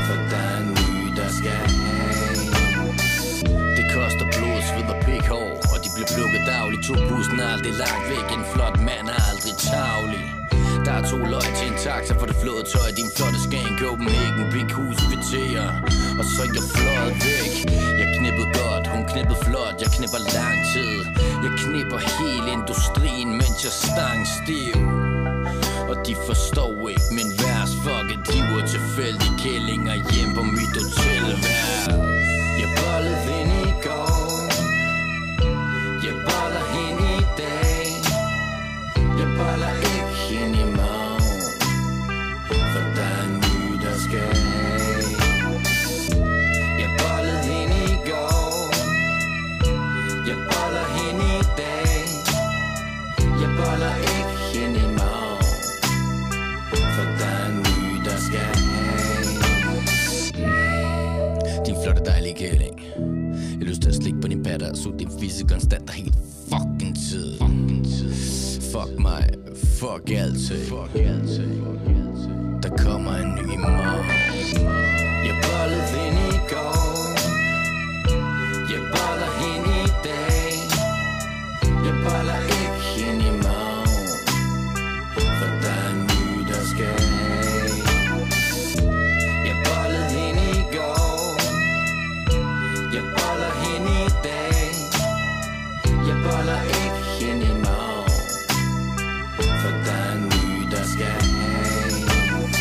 Speaker 9: For der er en ny, der skal have Det koster blod, sved og pikhår Og de bliver plukket dagligt To bussen er aldrig langt væk En flot mand er aldrig tavlig der er to løg til en taxa for det flåde tøj Din flotte skæn, Copenhagen, big hus, kvarterer Og så er jeg fløjet væk Jeg knippede godt, hun knippede flot Jeg knipper lang tid Jeg knipper hele industrien, mens jeg stang stiv og de forstår ikke min vers Fuck it, de var tilfældige kællinger hjem på mit hotelværelse Jeg bollede hende i går Jeg boller hende i dag Jeg boller ikke hende i morgen For der er en ny, der skal af Jeg bollede hende i går Jeg boller hende i dag jeg boller ikke hende i morgen For der er en ny, der skal have Mm. Din flotte dejlige kæling Jeg har lyst til at slikke på din patter Og suge din fisse konstant og helt fucking tid Fuck mig, fuck altid Der kommer en ny i morgen Jeg bollede hende i går Jeg boller hende i dag jeg boller ikke hende i morgen For der er en ny, der skal af Jeg bollede hende i går Jeg boller hende i dag Jeg boller ikke hende i morgen For der er en ny, der skal af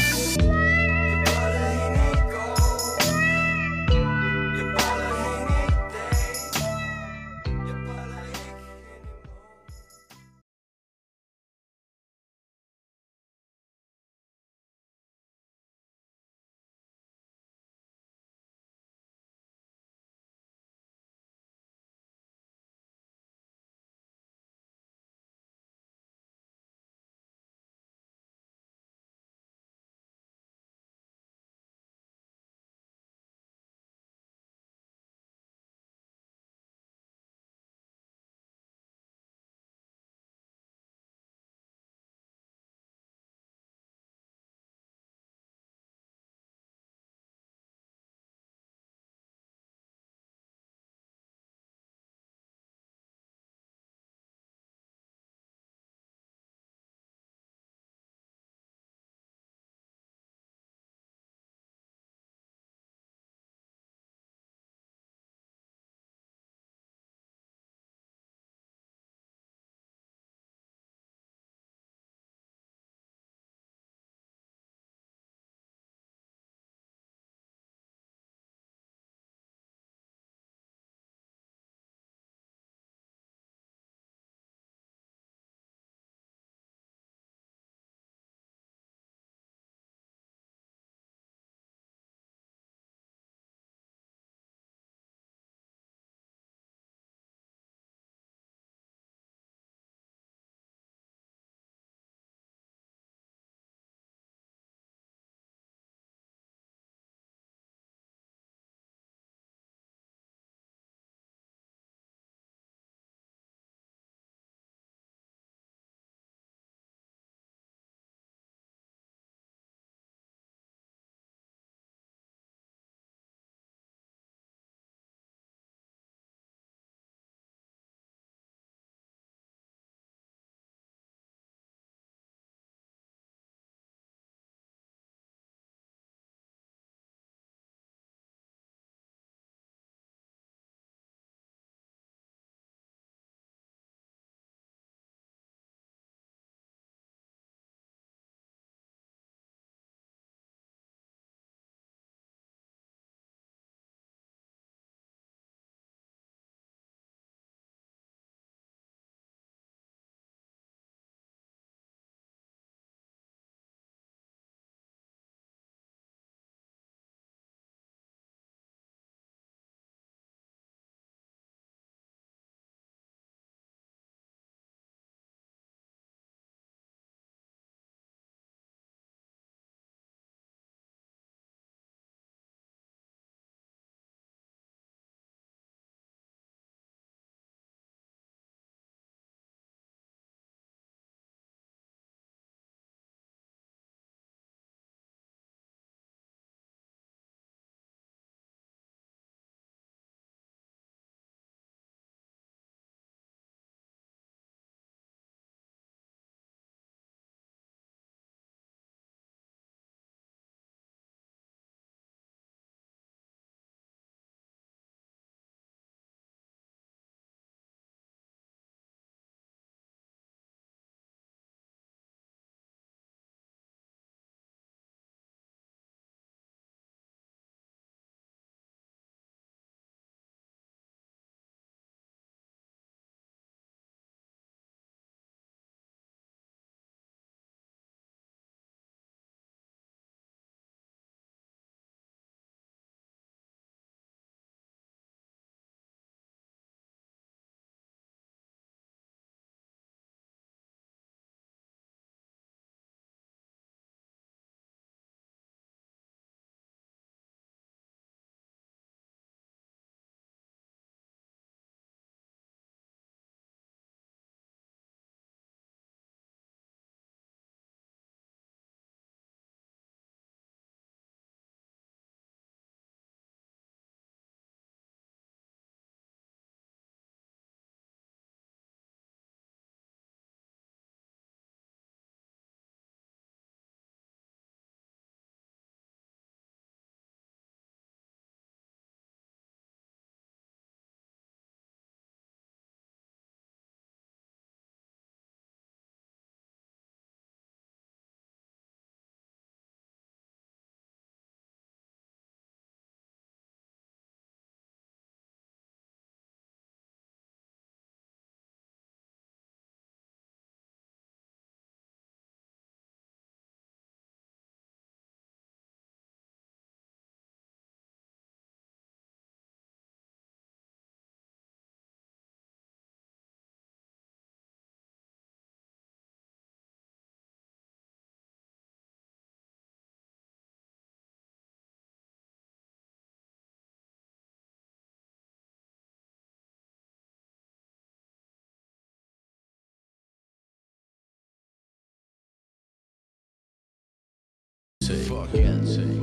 Speaker 10: alting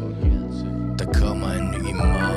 Speaker 10: Der kommer en ny i morgen